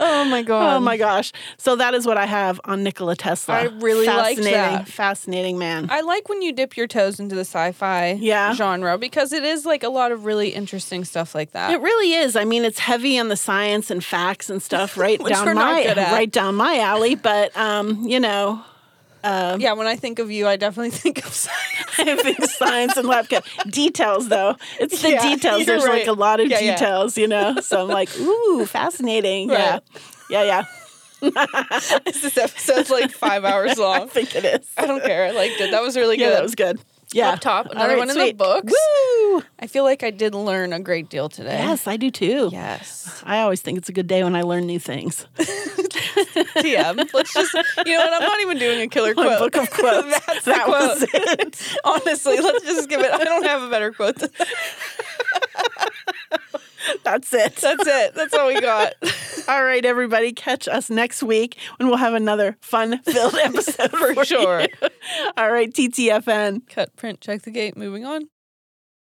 S1: Oh my god.
S2: Oh my gosh. So that is what I have on Nikola Tesla.
S1: I really liked
S2: fascinating,
S1: that.
S2: fascinating man.
S1: I like when you dip your toes into the sci-fi
S2: Yeah.
S1: genre because it is like a lot of really interesting stuff like that.
S2: It really is. I mean, it's heavy on the science and facts and stuff, right
S1: Which
S2: down
S1: we're not
S2: my
S1: good at.
S2: right down my alley. But um, you know,
S1: yeah, when I think of you, I definitely think of science.
S2: I think science and lab coat details though. It's the
S1: Yeah,
S2: details.
S1: you're
S2: There's like
S1: right.
S2: a lot of
S1: Yeah, yeah.
S2: details, you know. So I'm like, ooh, fascinating.
S1: Right.
S2: Yeah, yeah, yeah.
S1: this episode's like five hours
S2: I
S1: long.
S2: think it is.
S1: I don't care. I liked it. That was really good.
S2: Yeah, that was good. Yeah,
S1: Up top,
S2: All
S1: another one in the books.
S2: Woo!
S1: I feel like I did learn a great deal today.
S2: Yes, I do too.
S1: Yes.
S2: I always think it's a good day when I learn new things.
S1: TM. Let's just you know what? I'm not even doing a killer
S2: My
S1: quote.
S2: book of quotes.
S1: That's the
S2: that was
S1: quote.
S2: it.
S1: Honestly, let's just give it I don't have a better quote than that.
S2: That's it.
S1: That's it. That's all we got.
S2: All right, everybody, catch us next week when we'll have another fun filled episode
S1: For sure.
S2: All right, TTFN.
S1: Cut, print, check the gate. Moving on.